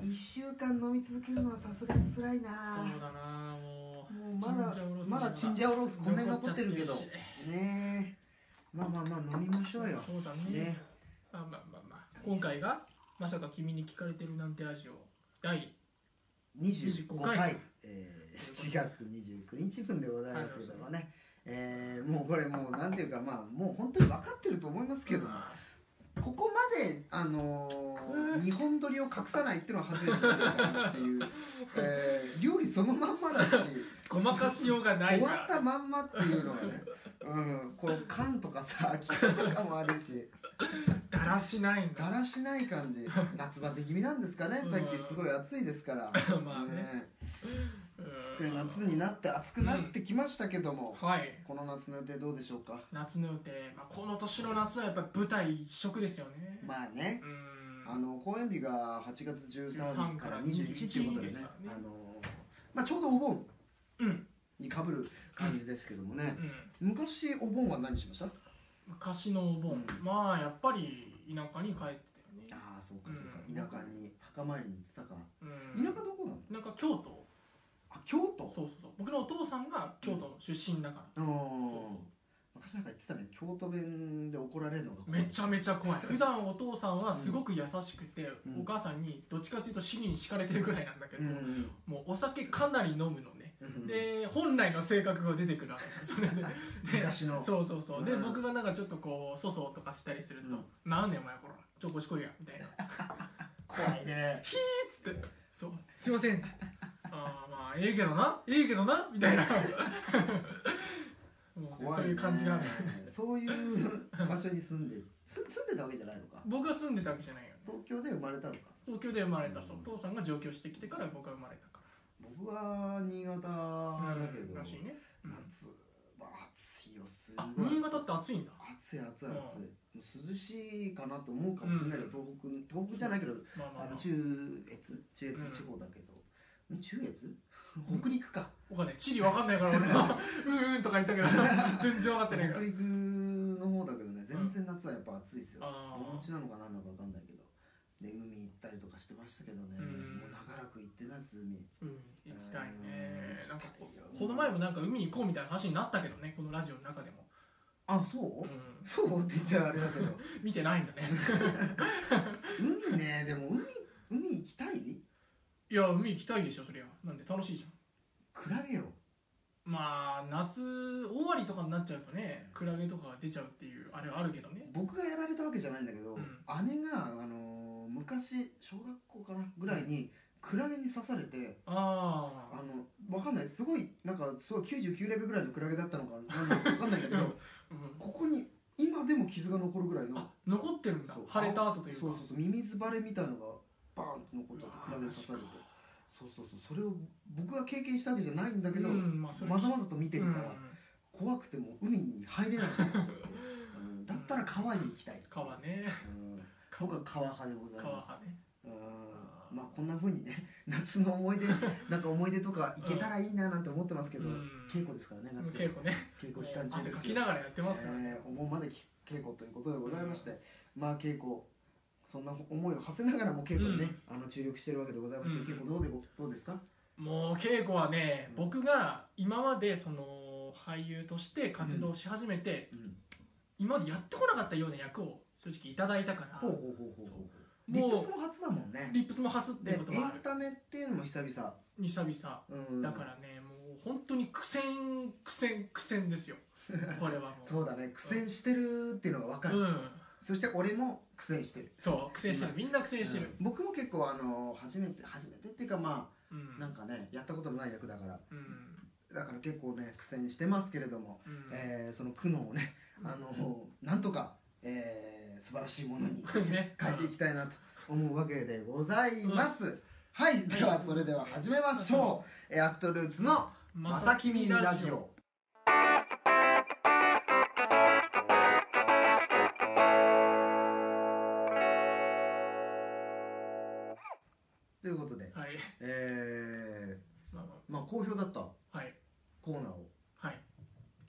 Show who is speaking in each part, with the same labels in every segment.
Speaker 1: 1週間飲み続けるのはさすがに辛いな
Speaker 2: そうだなもう
Speaker 1: もうまだ
Speaker 2: チンジャオロース
Speaker 1: まだチンジャオロースこんなに残ってるけど
Speaker 2: 残っちゃってる
Speaker 1: ねえまあまあまあ飲みましょうよ
Speaker 2: そうだね
Speaker 1: ね
Speaker 2: まあまあまあまあ今回がまさか君に聞かれてるなんてラジオ第
Speaker 1: 25
Speaker 2: 25
Speaker 1: 回
Speaker 2: 回
Speaker 1: えー7月29日分でございますけどもね、えーもうこれもうなんていうかまあもう本当に分かってると思いますけども
Speaker 2: まあ
Speaker 1: ここまで、あのー日本撮りを隠さないっていうのは初めてだなっていう、えー料理そのまんまだし
Speaker 2: ごまかしようがない
Speaker 1: 終
Speaker 2: か
Speaker 1: わ
Speaker 2: ら
Speaker 1: ったまんまっていうのが ね、うん、この缶とかさ空き缶とかもあるし
Speaker 2: だらしないん
Speaker 1: だ
Speaker 2: だ
Speaker 1: らしない感じ夏バテ気味なんですかね最近すごい暑いですから。
Speaker 2: まあねうん
Speaker 1: すっかり夏になって暑くなってきましたけども、
Speaker 2: はい
Speaker 1: この夏の予定どうでしょうか
Speaker 2: 夏の予定、まあ、この年の夏はやっぱ舞台一色ですよね、
Speaker 1: まあね
Speaker 2: う、ん
Speaker 1: あの公演日が8月13
Speaker 2: 13
Speaker 1: か
Speaker 2: からら
Speaker 1: 21日ということでね
Speaker 2: ですからね
Speaker 1: あのまあ、ちょうどお盆
Speaker 2: うん
Speaker 1: にかぶる感じですけどもね
Speaker 2: う、ん
Speaker 1: 昔お盆は何しました
Speaker 2: 昔のお盆、
Speaker 1: う
Speaker 2: まあやっぱり田舎に帰ってたよね
Speaker 1: ああそうか
Speaker 2: う
Speaker 1: そ
Speaker 2: ん
Speaker 1: うか田舎に墓参りに行ってたか、
Speaker 2: う
Speaker 1: 田
Speaker 2: ん
Speaker 1: 舎どこなの
Speaker 2: なんか京都
Speaker 1: あ京都
Speaker 2: そうそうそう僕のお父さんが京都の出身だから、
Speaker 1: あー
Speaker 2: そうそう
Speaker 1: 昔なんか言ってたね京都弁で怒られるのが怖い
Speaker 2: めちゃめちゃ怖い普段お父さんはすごく優しくて、
Speaker 1: うん
Speaker 2: お母さんにどっちかっていうと尻に敷かれてるぐらいなんだけど、
Speaker 1: うん
Speaker 2: もうお酒かなり飲むのね、
Speaker 1: うん
Speaker 2: で本来の性格が出てくるわけそれでで
Speaker 1: 昔の
Speaker 2: そうそうそうで
Speaker 1: うん
Speaker 2: 僕がなんかちょっとこう粗相とかしたりすると
Speaker 1: うん
Speaker 2: 「なんねんお前こらちょこしこいや」みたいな「
Speaker 1: 怖いね
Speaker 2: ひー」っつって「そうすいません」っつ って「ああまあええけどなええけどな」みたいなもうね
Speaker 1: 怖いね
Speaker 2: そういう感じなんだよ
Speaker 1: そういう場所に住んです住んでたわけじゃないのか
Speaker 2: 僕が住んでたわけじゃないよね
Speaker 1: 東京で生まれたのか
Speaker 2: 東京で生まれたそう父さんが上京してきてから僕が生まれたか
Speaker 1: 僕は新潟
Speaker 2: ら
Speaker 1: だけど、
Speaker 2: うんらしいね、うん
Speaker 1: 夏、まあ、暑いよす
Speaker 2: あ
Speaker 1: ごい
Speaker 2: 新潟って暑いんだ
Speaker 1: 暑い暑い暑い、
Speaker 2: うん
Speaker 1: もう涼しいかなと思うかもしれないけど、東北東北じゃないけど、
Speaker 2: まあ
Speaker 1: あの
Speaker 2: まあ、まあ、
Speaker 1: 中越中越地方だけど、中越 北陸 か、
Speaker 2: お金地理わかんないから俺はうーんとか言ったけど全然わかってないか
Speaker 1: 北
Speaker 2: ら
Speaker 1: 陸の方だけどね全然夏はやっぱ暑いですよ、
Speaker 2: あー
Speaker 1: 盆地なのか何なのか分かんないけどで海行ったりとかしてましたけどね、
Speaker 2: うん
Speaker 1: もう長らく行ってないです海
Speaker 2: 海行きたいね
Speaker 1: うん
Speaker 2: なんかこ
Speaker 1: 行きたいよ
Speaker 2: この前もなんか海行こうみたいな話になったけどねこのラジオの中でも、
Speaker 1: あそう、
Speaker 2: うん、
Speaker 1: そうって言っちゃあれだけ ど
Speaker 2: 見てないんだね
Speaker 1: 海ねでも海海行きたい
Speaker 2: いや海行きたいでしょそりゃなんで楽しいじゃん
Speaker 1: クラゲを
Speaker 2: まあ夏終わりとかになっちゃうとねクラゲとかが出ちゃうっていうあれはあるけどね
Speaker 1: 僕がやられたわけじゃないんだけど、
Speaker 2: うん
Speaker 1: 姉が、あのー昔小学校かなぐらいにクラゲに刺されて
Speaker 2: ああ
Speaker 1: あの分かんないすごいなんかすごい99レベルぐらいのクラゲだったのかななんか分かんないんだけど
Speaker 2: うん、
Speaker 1: ここに今でも傷が残るぐらいの
Speaker 2: あ残ってるんだ
Speaker 1: そう
Speaker 2: 腫れた後というか
Speaker 1: そうそうそうミミズバレみたいのがバーンと残っちゃって
Speaker 2: うわ
Speaker 1: クラゲに刺されて
Speaker 2: マジか
Speaker 1: そうそうそうそれを僕が経験したわけじゃないんだけど、
Speaker 2: うんまあそれ
Speaker 1: まざまざと見てるから、
Speaker 2: うん
Speaker 1: 怖くてもう海に入れな くなっちゃって、うん、だったら川に行きたい
Speaker 2: 川ね
Speaker 1: うん、僕は川派でござい
Speaker 2: 川
Speaker 1: ます
Speaker 2: 派ね
Speaker 1: うんまあこんなふうにね夏の思い出なんか思い出とか行けたらいいななんて思ってますけど、
Speaker 2: うん
Speaker 1: 稽古ですからね夏
Speaker 2: 稽古ね
Speaker 1: 稽古期間中です
Speaker 2: 汗
Speaker 1: よ
Speaker 2: かきながらやってますからね、
Speaker 1: えーお盆までき稽古ということでございまして、まあ稽古そんな思いを馳せながらも稽古にね、あの注力してるわけでございますけど、
Speaker 2: うん
Speaker 1: 稽古どうでごどうですか、
Speaker 2: もう稽古はね、
Speaker 1: うん
Speaker 2: 僕が今までその俳優として活動し始めて、
Speaker 1: うん、
Speaker 2: 今までやってこなかったような役を正直いただいたから、
Speaker 1: ほうほうほうほうほうリ
Speaker 2: もう
Speaker 1: ップスも初だもんね
Speaker 2: リップスもはすって
Speaker 1: でエ
Speaker 2: こともあ
Speaker 1: ン
Speaker 2: る
Speaker 1: タメっていうのも久々、
Speaker 2: 久々
Speaker 1: うん、
Speaker 2: だからねもう本当に苦戦苦戦苦戦ですよこれはもう
Speaker 1: そうだね苦戦してるっていうのが分かる、
Speaker 2: うん
Speaker 1: そして俺も苦戦してる
Speaker 2: そう苦戦してるみんな苦戦してる、
Speaker 1: うん僕も結構あの初めて初めてっていうかま
Speaker 2: うん
Speaker 1: あなんかねやったこともない役だから
Speaker 2: うん
Speaker 1: だから結構ね苦戦してますけれども、
Speaker 2: うん
Speaker 1: えーその苦悩をね、あのなんとか、えー素晴らしいものに
Speaker 2: ね
Speaker 1: 変えていきたいなと思うわけでございます、はいではそれでは始めましょう、えーアクトルーツの「ま
Speaker 2: ま
Speaker 1: さ
Speaker 2: さ
Speaker 1: き
Speaker 2: き
Speaker 1: み
Speaker 2: み
Speaker 1: ラ
Speaker 2: ラ
Speaker 1: ジ
Speaker 2: ジ
Speaker 1: オ
Speaker 2: オ」
Speaker 1: ということで、
Speaker 2: はい
Speaker 1: えー
Speaker 2: まあ
Speaker 1: まあ好評だった
Speaker 2: まあはい
Speaker 1: コーナーを
Speaker 2: はい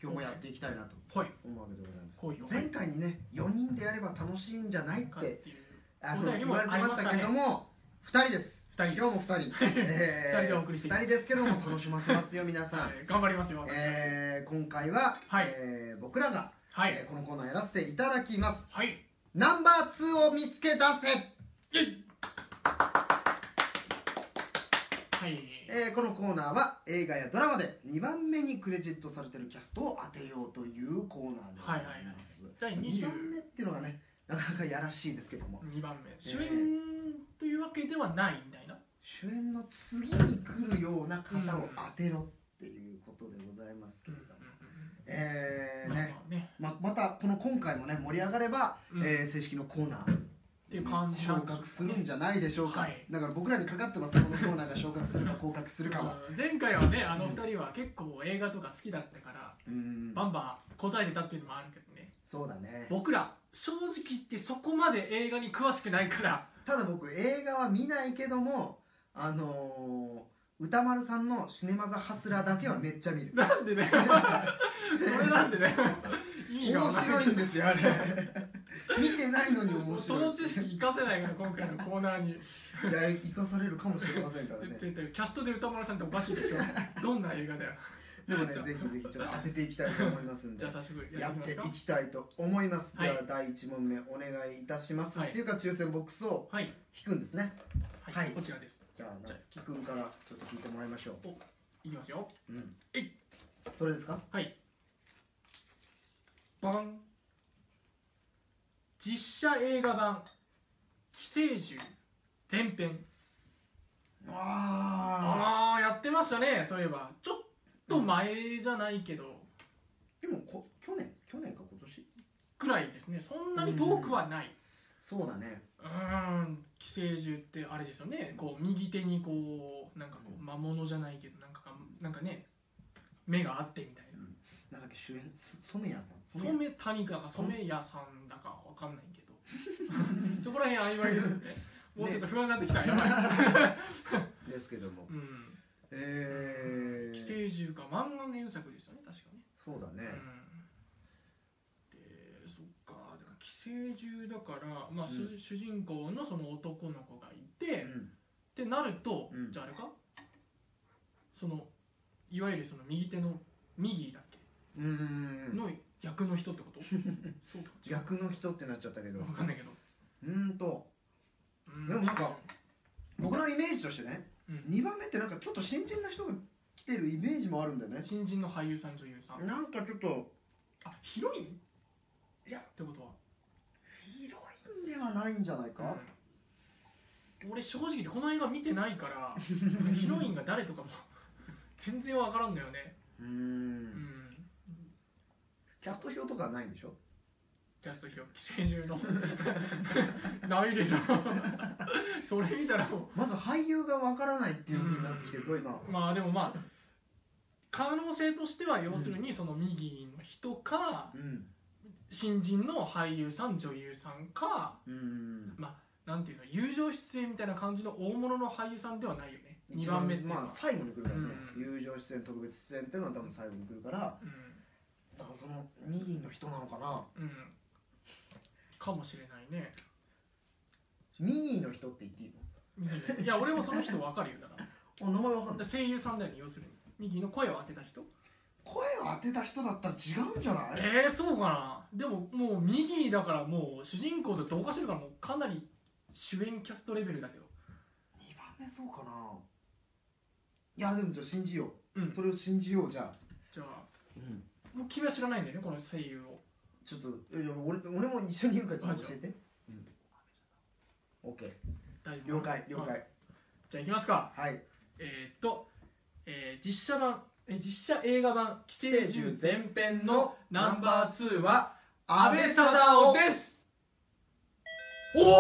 Speaker 1: 今日もやっていきたいなと
Speaker 2: はい
Speaker 1: 思うわけでございます
Speaker 2: 好評
Speaker 1: 前回にね4人でやれば楽しいんじゃないっ
Speaker 2: かって
Speaker 1: て
Speaker 2: いう
Speaker 1: あ
Speaker 2: お
Speaker 1: の
Speaker 2: 便り
Speaker 1: 言
Speaker 2: も
Speaker 1: わ
Speaker 2: あ
Speaker 1: れてま
Speaker 2: りま
Speaker 1: し
Speaker 2: したた
Speaker 1: け
Speaker 2: ね
Speaker 1: ども2人です
Speaker 2: 人です
Speaker 1: 今日も二人、 え
Speaker 2: 二人でお送りしていきます
Speaker 1: 二人ですけども楽しませますよ皆さん
Speaker 2: は、い頑張りますよ私たち
Speaker 1: えー、今回は、
Speaker 2: はい
Speaker 1: えー僕らが、
Speaker 2: はい、
Speaker 1: えーこのコーナーやらせていただきます
Speaker 2: はい
Speaker 1: ナンバーツーを見つけ出せ
Speaker 2: えいはい
Speaker 1: えーこのコーナーは映画やドラマで2番目にクレジットされてるキャストを当てようというコーナーでございます、
Speaker 2: 第
Speaker 1: 2
Speaker 2: 22
Speaker 1: 番目っていうのはねなかなかやらしいですけども
Speaker 2: 番目主演というわけではないみたいな
Speaker 1: 主演の次に来るような方を当てろっていうことでございますけれども、えー
Speaker 2: まあ
Speaker 1: ね
Speaker 2: まあね
Speaker 1: ままたこの今回もね盛り上がれば、
Speaker 2: うん
Speaker 1: えー正式のコーナー
Speaker 2: ていう感じな
Speaker 1: 昇
Speaker 2: んですかね
Speaker 1: 格するんじゃないでしょうか、
Speaker 2: はい
Speaker 1: だから僕らにかかってますこのコーナーが昇格するか降格するかは、
Speaker 2: うん前回はねあの
Speaker 1: うん
Speaker 2: 二人は結構映画とか好きだったから
Speaker 1: うん
Speaker 2: バンバン答えてたっていうのもあるけどね
Speaker 1: そうだね
Speaker 2: 僕ら正直言ってそこまで映画に詳しくないから
Speaker 1: ただ僕映画は見ないけどもあのー歌丸さんの「シネマザハスラー」だけはめっちゃ見る
Speaker 2: なんでねそれなんでね 意味が
Speaker 1: 面
Speaker 2: わかんな
Speaker 1: 白いんですよあれ見てないのに面
Speaker 2: そ
Speaker 1: 白い
Speaker 2: の知識活かせないから今回のコーナーに
Speaker 1: いや生かされるかもしれませんから ね
Speaker 2: 絶対キャストで歌丸さんっておかしいで しょどんな映画だよ
Speaker 1: でもねぜひぜひちょっと当てていきたいと思いますん
Speaker 2: じ
Speaker 1: で
Speaker 2: ゃあ早速や
Speaker 1: や
Speaker 2: って
Speaker 1: っ
Speaker 2: いきま
Speaker 1: て
Speaker 2: すか
Speaker 1: いきたいと思います、
Speaker 2: はい
Speaker 1: では第1問目お願いいたします、
Speaker 2: はい
Speaker 1: っていうか抽選ボックスを
Speaker 2: はい、
Speaker 1: 引くんですね
Speaker 2: は、
Speaker 1: はいい
Speaker 2: こちらです
Speaker 1: じゃあ夏樹くんからちょっと聞いてもらいましょう
Speaker 2: いきますよ
Speaker 1: うん
Speaker 2: えい
Speaker 1: それですか
Speaker 2: はいバン実写映画版「寄生獣」前編
Speaker 1: ああ
Speaker 2: ああやってましたねそういえばちょっと前じゃないけど、
Speaker 1: でもこ去年去年か今年
Speaker 2: くらいですねそんなに遠くはない
Speaker 1: そうだね
Speaker 2: うーん寄生獣ってあれですよねこう右手にこうなんかこう魔物じゃないけどなんかがなんかね目があってみたい
Speaker 1: な
Speaker 2: な
Speaker 1: んだっけ主演す染谷さん
Speaker 2: 染
Speaker 1: 谷
Speaker 2: め谷か染屋さんだかわかんないけど そこら辺曖昧ですねもうちょっと不安になってきたやばい、
Speaker 1: ですけども
Speaker 2: うん、
Speaker 1: え
Speaker 2: 寄
Speaker 1: ー、
Speaker 2: 生獣か漫画の原作ですよね確かね
Speaker 1: そうだね、
Speaker 2: うんでそっかだから寄生獣だから、まあ主
Speaker 1: う
Speaker 2: 主人公のその男の子がいて、
Speaker 1: う
Speaker 2: っ
Speaker 1: ん
Speaker 2: てなると、
Speaker 1: うん
Speaker 2: じゃああれかそのいわゆるその右手の右だっけ
Speaker 1: うーん
Speaker 2: の役の人ってこと そうか違う
Speaker 1: 逆の人ってなっちゃったけど
Speaker 2: わかんないけど、
Speaker 1: うーんと
Speaker 2: うん
Speaker 1: でもなんか僕のイメージとしてね、
Speaker 2: うん
Speaker 1: 二2番目ってなんかちょっと新人な人が来てるイメージもあるんだよね
Speaker 2: 新人の俳優さん女優さん
Speaker 1: なんかちょっと
Speaker 2: あヒロイン
Speaker 1: いや
Speaker 2: ってことは
Speaker 1: ヒロインではないんじゃないか、
Speaker 2: うん俺正直言ってこの映画見てないから ヒロインが誰とかも 全然わからんのよね
Speaker 1: うー
Speaker 2: うんん
Speaker 1: キャスト表とかないんでしょ
Speaker 2: キャスト表寄生獣の ないでしょそれ見たらも
Speaker 1: まず俳優がわからないっていうふうになってきてると今
Speaker 2: うまあでもまあ可能性としては要するにその右の人か
Speaker 1: うん
Speaker 2: 新人の俳優さん女優さんか
Speaker 1: うーん
Speaker 2: なんていうの友情出演みたいな感じの大物の俳優さんではないよね2番目っていうのは、
Speaker 1: まあ最後に来るからね、
Speaker 2: うん
Speaker 1: 友情出演特別出演っていうのは多分最後に来るから
Speaker 2: うん
Speaker 1: だからその2位の人なのかな
Speaker 2: うんかもしれないね
Speaker 1: 2位の人って言っていい
Speaker 2: いや俺もその人分かるよだか
Speaker 1: のお名前わかんない
Speaker 2: ら声優さんだよね要するに右の声を当てた人
Speaker 1: 声を当てた人だったら違うんじゃない
Speaker 2: えー、そうかなでももう右だからもう主人公と同化してるからもうかなり主演キャストレベルだけど
Speaker 1: 2番目そうかないやでもじゃあ信じよ
Speaker 2: う
Speaker 1: う、
Speaker 2: ん
Speaker 1: それを信じようじゃあ、
Speaker 2: じゃあもう君は知らないんだよねこの声優を
Speaker 1: ちょっといや俺俺も一緒に言うからちょっと教えてオッケー
Speaker 2: 大丈夫
Speaker 1: 了解了
Speaker 2: はい
Speaker 1: 解
Speaker 2: じゃあいきますか
Speaker 1: はい
Speaker 2: えー、っと、えー実写版えー実写映画版「寄生獣前編」のナンバー2は安倍貞夫です
Speaker 1: おお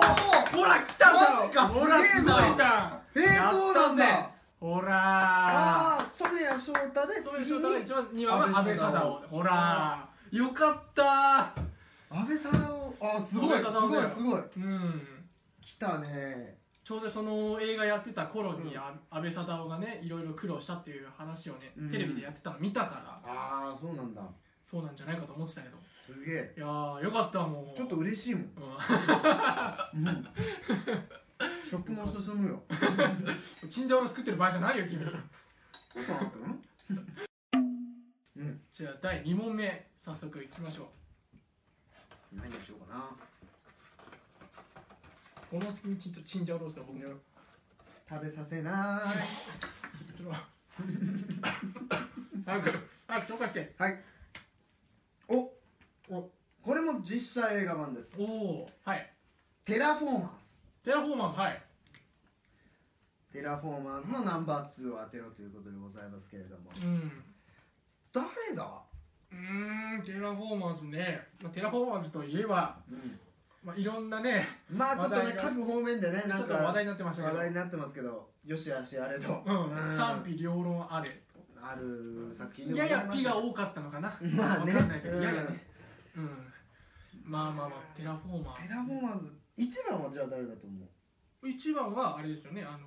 Speaker 2: ほら来ただろ
Speaker 1: マジか
Speaker 2: ほら
Speaker 1: す
Speaker 2: す
Speaker 1: げえ
Speaker 2: ご
Speaker 1: ない
Speaker 2: じゃ
Speaker 1: え
Speaker 2: ん
Speaker 1: ー、そうなん
Speaker 2: やった
Speaker 1: だ
Speaker 2: ほらー
Speaker 1: ああー染谷翔太で
Speaker 2: そういう
Speaker 1: 次
Speaker 2: 人が
Speaker 1: に
Speaker 2: 一番2番は安倍貞夫ほらーよかった
Speaker 1: 安倍貞夫あーすごい
Speaker 2: 安
Speaker 1: す
Speaker 2: 倍貞夫だ
Speaker 1: ご
Speaker 2: よ
Speaker 1: いすごい
Speaker 2: ーうん
Speaker 1: 来たね
Speaker 2: ちょうどその映画やってた頃に
Speaker 1: うん
Speaker 2: あ安倍貞夫がねいろいろ苦労したっていう話をね
Speaker 1: うん
Speaker 2: テレビでやってたの見たから
Speaker 1: ああそうなんだ
Speaker 2: そうなんじゃないかと思ってたけど
Speaker 1: すげえ
Speaker 2: いやーよかった もう
Speaker 1: ちょっと嬉しいもん、
Speaker 2: うん
Speaker 1: うん、食も進むよ
Speaker 2: チンジャオロ作ってる場合じゃないよ君
Speaker 1: そうなってるのうん
Speaker 2: じゃあ第2問目早速いきましょう
Speaker 1: 何にしようかな
Speaker 2: このスキンチンとチンジャオロースは僕の
Speaker 1: 食べさせなー
Speaker 2: ちょっと早く早く紹介して
Speaker 1: いはいお
Speaker 2: お
Speaker 1: これも実写映画版です
Speaker 2: おおはい
Speaker 1: テラフォーマーズ
Speaker 2: テラフォーマーズはい
Speaker 1: テラフォーマーズのナンバー2を当てろということでございますけれども
Speaker 2: うん
Speaker 1: 誰だ
Speaker 2: うーんテラフォーマーズね、まあ、テラフォーマーズといえば、まあ、いろんなね
Speaker 1: まあちょっとね
Speaker 2: 話題が
Speaker 1: 各方面でね
Speaker 2: ちょ
Speaker 1: な
Speaker 2: っ
Speaker 1: ん
Speaker 2: と
Speaker 1: か
Speaker 2: 話
Speaker 1: 話題
Speaker 2: 題になってましたけど
Speaker 1: になってますけどよしあしあれと
Speaker 2: うん、賛否両論あれ
Speaker 1: ある作品
Speaker 2: やや
Speaker 1: ま
Speaker 2: ピが
Speaker 1: し
Speaker 2: 多かったのかな
Speaker 1: たまあね
Speaker 2: わかんないけど
Speaker 1: うん
Speaker 2: ややねうんまあまあまあテラフォーマー
Speaker 1: テラフォーマーズ一番はじゃあ誰だと思う
Speaker 2: 一番はあれですよねあの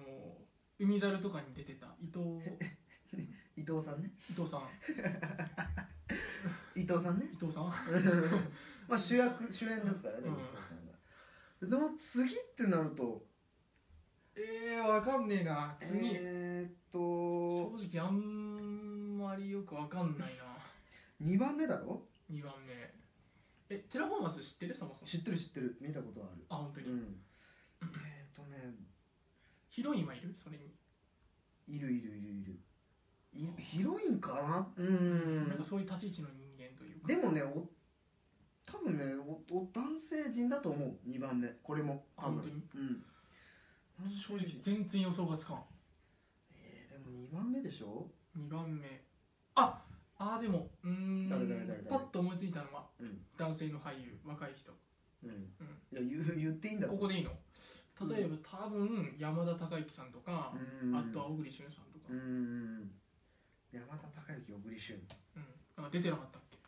Speaker 2: 海猿とかに出てた伊藤
Speaker 1: 伊藤さんね
Speaker 2: 伊藤さん
Speaker 1: 伊藤さんね
Speaker 2: 伊藤さん
Speaker 1: まあ主役主演ですからね、
Speaker 2: うん
Speaker 1: 伊藤さんがでも次ってなると
Speaker 2: えー、わかんねえな次、
Speaker 1: えー、っと
Speaker 2: 正直あんまりよくわかんないな
Speaker 1: 2番目だろ
Speaker 2: 2番目えテラフォーマーズ知ってるそもそも
Speaker 1: 知ってる知ってる見たことある
Speaker 2: あ本当に、
Speaker 1: うんえー、っとね
Speaker 2: ヒロインはいるそれに
Speaker 1: いるいるいるいるいヒロインかなうー
Speaker 2: なんか
Speaker 1: ん
Speaker 2: そういう立ち位置の人間というか
Speaker 1: でもねお多分ねおお男性陣だと思う2番目これも多分
Speaker 2: あ本当に
Speaker 1: うん
Speaker 2: 正直全然予想がつかん
Speaker 1: えー、でも2番目でしょ
Speaker 2: 2番目ああーでもうーん
Speaker 1: 誰誰誰誰
Speaker 2: パッと思いついたのは
Speaker 1: うん
Speaker 2: 男性の俳優若い人
Speaker 1: うん、
Speaker 2: うん
Speaker 1: いや言う言っていいんだぞ
Speaker 2: ここでいいの例えば多分山田孝之さんとか
Speaker 1: う、ん
Speaker 2: あと青栗旬さんとか、
Speaker 1: うーん山田孝之小栗旬
Speaker 2: うんなんか出てなかったっけ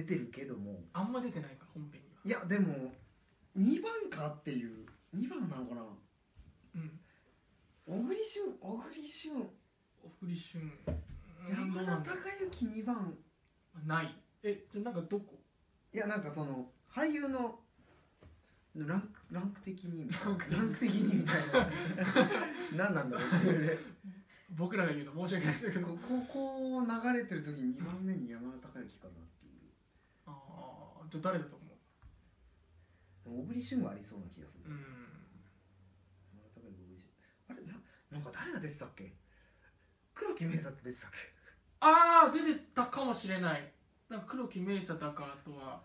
Speaker 1: 出てるけども
Speaker 2: あんま出てないか本編にはい
Speaker 1: やでも2番かっていう2番なのかな
Speaker 2: うん
Speaker 1: 小栗旬小栗旬
Speaker 2: 青栗旬うんど
Speaker 1: 山
Speaker 2: う
Speaker 1: 田
Speaker 2: なんだ
Speaker 1: 孝之2番
Speaker 2: ないえじゃあなんかどこ
Speaker 1: いやなんかその俳優のランクランク的にみたいな
Speaker 2: ランク的に
Speaker 1: ランク的にみたいな何なんだろうっていうね
Speaker 2: 僕らが言うと申し訳ないんだけど
Speaker 1: こ ここを流れてる時に2番目に山田孝之かなっていう
Speaker 2: ああじゃあ誰だと思う
Speaker 1: でも小栗旬はありそうな気がする
Speaker 2: うん
Speaker 1: 山田孝之小栗旬あれななんか誰が出てたっけ黒木名作出てたっけ
Speaker 2: ああ出てたかもしれないなんか黒木明久だかあ とは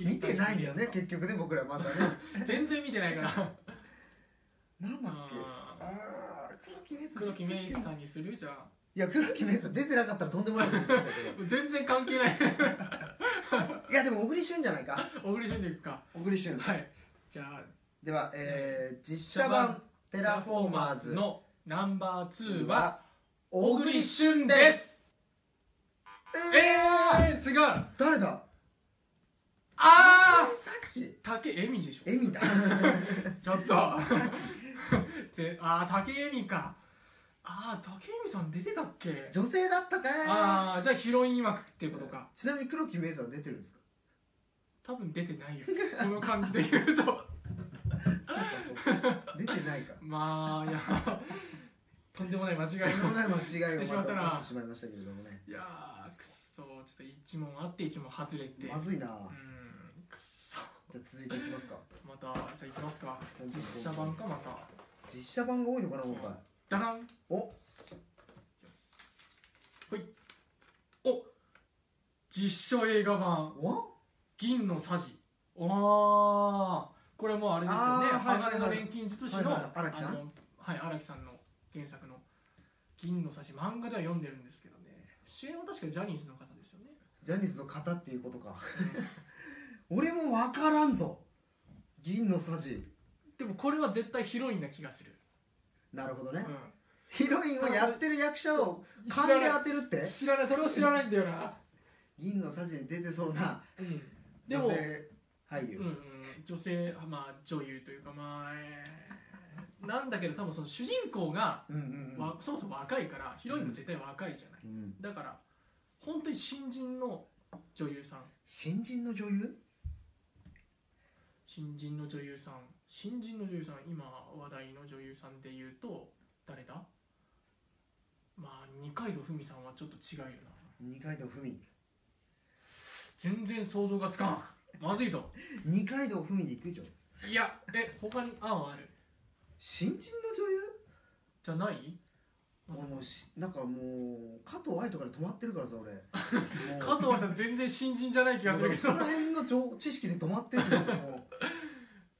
Speaker 1: 見てないんだよね結局ね僕らまだね
Speaker 2: 全然見て ないから
Speaker 1: なんだっけ
Speaker 2: あ
Speaker 1: ああー黒木名
Speaker 2: ー
Speaker 1: 作
Speaker 2: 黒木明久にするじゃあ
Speaker 1: いや黒木名作出てなかったらとんでもないことになっちゃう
Speaker 2: 全然関係ない
Speaker 1: けどいやでも小栗旬じゃないか
Speaker 2: 小栗旬でいくか
Speaker 1: 小栗旬
Speaker 2: はいじゃあ
Speaker 1: では、えー、実写版テ
Speaker 2: テ
Speaker 1: ラフォーマーズの
Speaker 2: のナンバー2は
Speaker 1: は
Speaker 2: 小
Speaker 1: 小
Speaker 2: 栗
Speaker 1: 栗
Speaker 2: 旬
Speaker 1: 旬
Speaker 2: で
Speaker 1: です
Speaker 2: す
Speaker 1: えー、
Speaker 2: えー、違うあ
Speaker 1: 誰だ
Speaker 2: あ
Speaker 1: さっき
Speaker 2: 竹恵美でしょ
Speaker 1: エミだ
Speaker 2: ちょっと ぜああ竹恵美かああ竹恵美さん出てたっけ
Speaker 1: 女性だったかい
Speaker 2: ああじゃあヒロイン枠っていうことか
Speaker 1: ちなみに黒木メイさんは出てるん ですか
Speaker 2: 多分出てないよこの感じで言うと
Speaker 1: そうかそうか出てないか
Speaker 2: まあいやとんでもない間違い
Speaker 1: とんでも
Speaker 2: を
Speaker 1: ない間違いを
Speaker 2: してしま
Speaker 1: ま
Speaker 2: った
Speaker 1: た
Speaker 2: な
Speaker 1: 起こしてしまいましたけれどもね
Speaker 2: いやーくっそちょっと一問あって一問外れて
Speaker 1: まずいな
Speaker 2: うんくっそ
Speaker 1: じゃあ続いていきますか
Speaker 2: またじゃあいきますか実写版かまた
Speaker 1: 実写版が多いのかな今回
Speaker 2: ダダン
Speaker 1: お
Speaker 2: ほいお実写映画版
Speaker 1: お
Speaker 2: 「銀のさじ」おーこれもうあれですよね
Speaker 1: あーはいはいはい
Speaker 2: 鋼の錬金術師の
Speaker 1: はいはい荒木さん
Speaker 2: あのはい荒木さんの原作の「銀のさじ」漫画では読んでるんですけどね主演は確かジャニーズの方ですよね
Speaker 1: ジャニーズの型っていうことか俺もわからんぞ銀のさじ
Speaker 2: でもこれは絶対ヒロインな気がする、
Speaker 1: なるほど
Speaker 2: う
Speaker 1: ね、
Speaker 2: ん、
Speaker 1: ヒロインをやってる役者を
Speaker 2: 知
Speaker 1: 勘
Speaker 2: ら
Speaker 1: で
Speaker 2: ない
Speaker 1: 当てるって
Speaker 2: 知らないそれを知らないんだよな、
Speaker 1: 銀のさじに出てそうな
Speaker 2: うん、で
Speaker 1: 女
Speaker 2: も
Speaker 1: 性俳優、
Speaker 2: うんうん、女性まあ女優というかまあ、えーなんだけど多分その主人公が、
Speaker 1: うんうんうん
Speaker 2: わそもそも若いからヒロインも絶対若いじゃない、
Speaker 1: うん
Speaker 2: だから本当に新人の女優さん
Speaker 1: 新人の女優
Speaker 2: 新人の女優さん新人の女優さん今話題の女優さんで言うと誰だまあ二階堂ふみさんはちょっと違うよな
Speaker 1: 二階堂ふみ
Speaker 2: 全然想像がつかんまずいぞ
Speaker 1: 二階堂ふみでいく以上
Speaker 2: いやえ他に案はある
Speaker 1: 新人
Speaker 2: じゃない
Speaker 1: の女優もうしなんかもう加藤愛とかで止まってるからさ 俺
Speaker 2: 加藤さん全然新人じゃない気がするけ
Speaker 1: そこ
Speaker 2: ど
Speaker 1: ら辺の情知識で止まって るのもう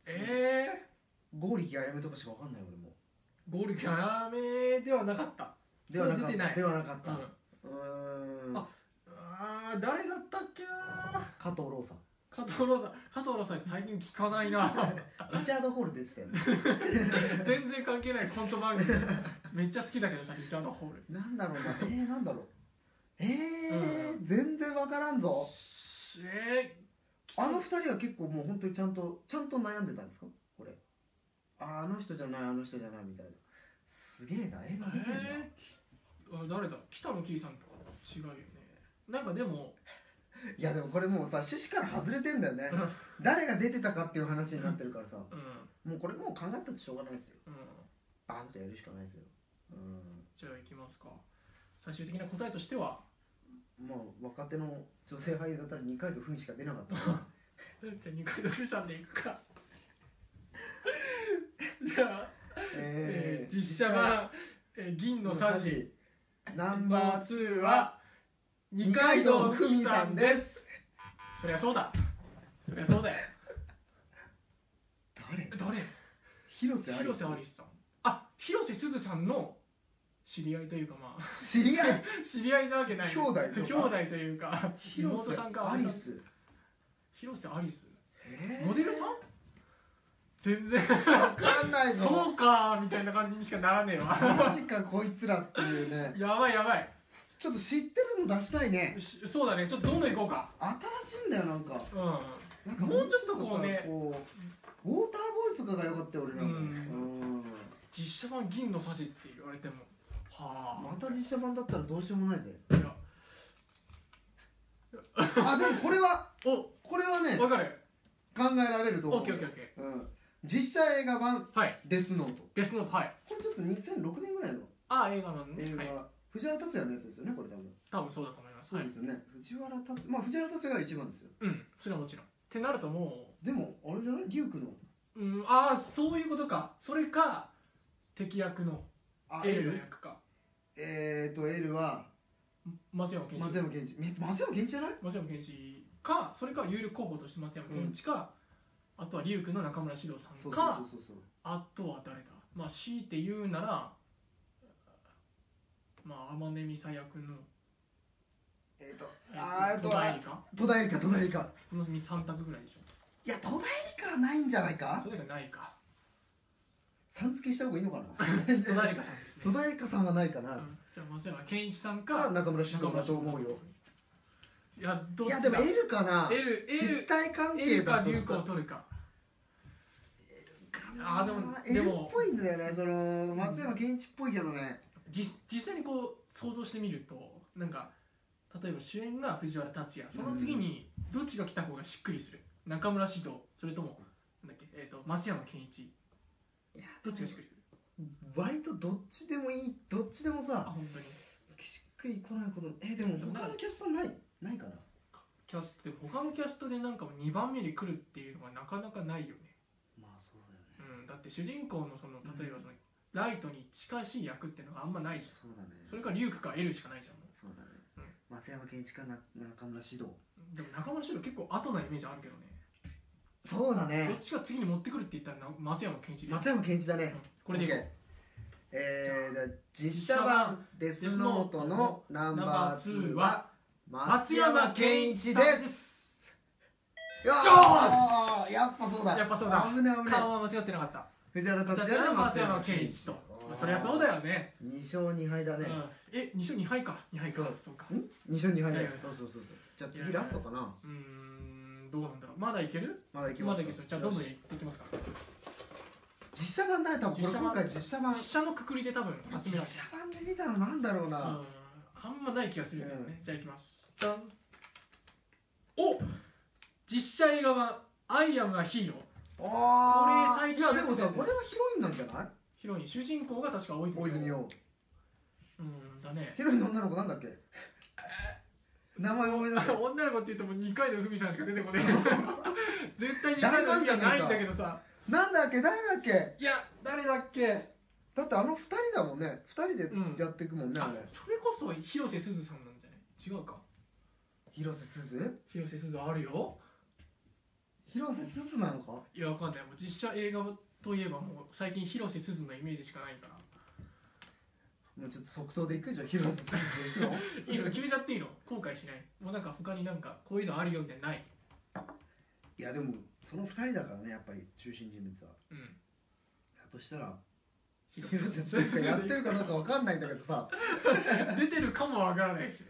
Speaker 2: ええ
Speaker 1: 剛力あやめとかしかわかんない俺も
Speaker 2: ゴールキャラメではなかった
Speaker 1: ではな
Speaker 2: それ出て
Speaker 1: かった
Speaker 2: ない
Speaker 1: ではなかった
Speaker 2: うん
Speaker 1: うーん
Speaker 2: ああー誰だったっけな
Speaker 1: 加藤ローさん
Speaker 2: 加藤ローさん加藤ローさん最近聞かないな
Speaker 1: リチャード・ホール出てたよ ね
Speaker 2: 全然関係ないコント番組めっちゃ好きだけどさリチャード・ホール
Speaker 1: なんだろうなえー、なんだろうえー、全然わからんぞ
Speaker 2: しえー、
Speaker 1: あの二人は結構もう本当にちゃんとちゃんと悩んでたんですかこれあーあの人じゃないあの人じゃないみたいなすげえな映画見てんな、
Speaker 2: えー、あ誰だ北野キーさんとか違うよねなんかでも
Speaker 1: いやでもこれもうさ趣旨から外れてんだよね誰が出てたかっていう話になってるからさ
Speaker 2: うん
Speaker 1: もうこれもう考えたってしょうがないですよ
Speaker 2: うん
Speaker 1: バーンとやるしかないですよう
Speaker 2: じゃあいきますか最終的な答えとしては
Speaker 1: んまあ若手の女性俳優だったら二階堂ふみしか出なかったから
Speaker 2: じゃあ二階堂ふみさんでい くかじゃあ、えー実写版、えー銀のサジ
Speaker 1: ナ
Speaker 2: ナ
Speaker 1: ン
Speaker 2: ン
Speaker 1: バー
Speaker 2: バ
Speaker 1: 2
Speaker 2: ー2は二階堂ふみさんですそりゃそうだそりゃそうだよ
Speaker 1: 誰
Speaker 2: 誰
Speaker 1: 広瀬アリ
Speaker 2: 広
Speaker 1: ス
Speaker 2: 瀬アリスさんあ広瀬すずさんの知り合いというかまあ
Speaker 1: 知り合い
Speaker 2: 知り合いなわけない
Speaker 1: 兄弟と
Speaker 2: 兄
Speaker 1: か
Speaker 2: 弟というか
Speaker 1: 広瀬
Speaker 2: 妹さんか
Speaker 1: アリス
Speaker 2: 広瀬アリス
Speaker 1: えー
Speaker 2: モデルさん全然
Speaker 1: わかんないぞ
Speaker 2: そうかーみたいな感じにしかならねえわ
Speaker 1: マジかこいつらっていうね
Speaker 2: やばいやばい
Speaker 1: ちょっと知ってるの出したいね
Speaker 2: しそうだねちょっとどんどん行こうか
Speaker 1: 新しいんだよなんか
Speaker 2: う
Speaker 1: なんか
Speaker 2: もうちょっとこうね
Speaker 1: さこうウォーターボーイズとかが良かったよ俺なんか
Speaker 2: う
Speaker 1: う
Speaker 2: ん
Speaker 1: ん
Speaker 2: ん実写版銀のサジって言われてもは
Speaker 1: また実写版だったらどうしようもないぜ
Speaker 2: あいや
Speaker 1: あでもこれは
Speaker 2: お
Speaker 1: これはね
Speaker 2: わかる
Speaker 1: 考えられると
Speaker 2: オ
Speaker 1: 思
Speaker 2: ッ
Speaker 1: う
Speaker 2: ケーオッケーオッ
Speaker 1: う
Speaker 2: ケ
Speaker 1: ん実写映画版
Speaker 2: ーはい
Speaker 1: 「デスノート
Speaker 2: デスノートはい」
Speaker 1: これちょっと2006年ぐらいの
Speaker 2: ああ映画なんで、
Speaker 1: 映
Speaker 2: は
Speaker 1: 画、
Speaker 2: い、
Speaker 1: 藤原竜也のやつですよねこれ多分
Speaker 2: 多分そうだと思います
Speaker 1: そう
Speaker 2: はい
Speaker 1: ですよね、藤原竜まあ藤原竜也が一番ですよ
Speaker 2: うんそれはもちろんってなるとも
Speaker 1: でもあれじゃないリュウクの
Speaker 2: ううんああそういうことかそれか敵役の
Speaker 1: あ
Speaker 2: L の役か
Speaker 1: えーと L は
Speaker 2: 松山健一
Speaker 1: 松山ケンイチめ松山ケンイチじゃない
Speaker 2: 松山健一かそれか有力候補として松山健一か、あとは龍君の中村獅童さんか
Speaker 1: そうそうそうそう
Speaker 2: あとは誰だまあ強いて言うならまあ天音美沙也君の
Speaker 1: えーと
Speaker 2: えっ
Speaker 1: あーあ
Speaker 2: と
Speaker 1: と
Speaker 2: 戸田恵
Speaker 1: は
Speaker 2: 梨香
Speaker 1: 戸田恵梨香戸田恵梨香
Speaker 2: この3択ぐらいでしょ
Speaker 1: いや戸田恵梨香はないんじゃないか
Speaker 2: それがないか
Speaker 1: さん付けした方がいいのかな
Speaker 2: 戸田恵梨香さんですね
Speaker 1: 戸田恵梨香さんはないか
Speaker 2: う
Speaker 1: なん
Speaker 2: じゃあ松山健一さん
Speaker 1: か
Speaker 2: か
Speaker 1: 中村獅童だと思うよ
Speaker 2: いやどっ
Speaker 1: い
Speaker 2: ち
Speaker 1: や
Speaker 2: だ
Speaker 1: でも L かな
Speaker 2: L
Speaker 1: 敵
Speaker 2: L
Speaker 1: 対関係
Speaker 2: L
Speaker 1: だ
Speaker 2: か
Speaker 1: と
Speaker 2: 龍
Speaker 1: し
Speaker 2: 君
Speaker 1: た
Speaker 2: を
Speaker 1: ら
Speaker 2: 取るか
Speaker 1: かな
Speaker 2: あーでも
Speaker 1: L
Speaker 2: でも
Speaker 1: っぽいんだよねその松山ケンイチっぽいけどね
Speaker 2: じ実際にこう想像してみるとなんか例えば主演が藤原竜也その次にどっちが来た方がしっくりする中村獅童それともなんだっけ、えー、と松山ケンイチ
Speaker 1: いや
Speaker 2: どっちがしっくりくる
Speaker 1: 割とどっちでもいいどっちでも
Speaker 2: あ
Speaker 1: さ
Speaker 2: 本当に
Speaker 1: しっくりこないことえでも他のキャストないないかな
Speaker 2: キャストで他のキャストでなんかも2番目に来るっていうのがなかなかないよね、
Speaker 1: まあそうだよね
Speaker 2: うん、だって主人公のその例えばその、ライトに近しい役っていうのがあんまないし
Speaker 1: そうだね
Speaker 2: それかリュークかエルしかないじゃんも
Speaker 1: そうだね
Speaker 2: うん
Speaker 1: 松山ケンイチかな中村獅童
Speaker 2: うでも中村獅童結構後なイメージあるけどね
Speaker 1: そうだ
Speaker 2: どっ
Speaker 1: ね
Speaker 2: ちが次に持ってくるって言ったらな松山ケンイチで
Speaker 1: 松山ケンイチだね
Speaker 2: うんこれでいこう
Speaker 1: OK えー、で実写版「デスノート」のナンバー2は
Speaker 2: 松山ケンイチ
Speaker 1: で
Speaker 2: さんですす
Speaker 1: よーし
Speaker 2: よー
Speaker 1: やっぱそうだ
Speaker 2: やっぱそうだ
Speaker 1: 危ね危ね
Speaker 2: 顔は間違ってなかった
Speaker 1: 藤原
Speaker 2: だ
Speaker 1: 竜
Speaker 2: か
Speaker 1: 也
Speaker 2: ら
Speaker 1: の
Speaker 2: 松山ケンイチとまあそりゃそうだよね
Speaker 1: 2勝2敗だ
Speaker 2: う
Speaker 1: ね、
Speaker 2: んえ二2勝2敗か2敗か
Speaker 1: そう
Speaker 2: そうか
Speaker 1: ん2勝2敗だよ
Speaker 2: いやいや
Speaker 1: そうそうそうそうじゃあ
Speaker 2: いや
Speaker 1: 次
Speaker 2: いや
Speaker 1: ラストかな
Speaker 2: うーんどうなんだろうまだいける
Speaker 1: まだいきま
Speaker 2: ますだ
Speaker 1: か
Speaker 2: いけるじゃあどんどん
Speaker 1: よし
Speaker 2: いっていきますか
Speaker 1: 実写版だね多分これ
Speaker 2: 実写版
Speaker 1: 今回実写版
Speaker 2: 実写のくくりで多分集め
Speaker 1: 実
Speaker 2: られ
Speaker 1: 写版で見たらなんだろう
Speaker 2: た
Speaker 1: な、
Speaker 2: うんあんまない気がするけどねじゃあいきますじゃんお実写映画版「アイアムはヒーロー」
Speaker 1: ああ
Speaker 2: 俺最
Speaker 1: い
Speaker 2: 近
Speaker 1: やでもさ
Speaker 2: やってた
Speaker 1: これはヒロインなんじゃない
Speaker 2: ヒロイン主人公が確か大泉
Speaker 1: 大泉洋
Speaker 2: うんだね
Speaker 1: ヒロインの女の子なんだっけ名前思い出せ
Speaker 2: 女の子って言っても2回のふみさんしか出 てこねえ絶対2回
Speaker 1: 誰
Speaker 2: の
Speaker 1: な
Speaker 2: ふ
Speaker 1: ん
Speaker 2: み
Speaker 1: じゃ
Speaker 2: は
Speaker 1: ねえか
Speaker 2: ないんだけどさ
Speaker 1: なんだっけ誰だっけ
Speaker 2: いや誰だっけ
Speaker 1: だってあの二人だもんね二
Speaker 2: うん
Speaker 1: 人でやっていくもんね、
Speaker 2: あ
Speaker 1: あれ
Speaker 2: それこそ広瀬すずさんなんじゃない違うか
Speaker 1: 広瀬すず
Speaker 2: 広瀬すずあるよ
Speaker 1: 広瀬すずなのか
Speaker 2: いやわかんないもう実写映画といえばもう最近広瀬すずのイメージしかないから
Speaker 1: もうちょっと即答でいくじゃん広瀬すずでいく の
Speaker 2: いいの決めちゃっていいの後悔しないもうなんか他になんかこういうのあるよみたいなのない
Speaker 1: いやでもその二人だからねやっぱり中心人物は
Speaker 2: うん
Speaker 1: だとしたら
Speaker 2: 広
Speaker 1: 広瀬すずがやってるかどうかわかんないんだけどさ
Speaker 2: 出てるかもわからないし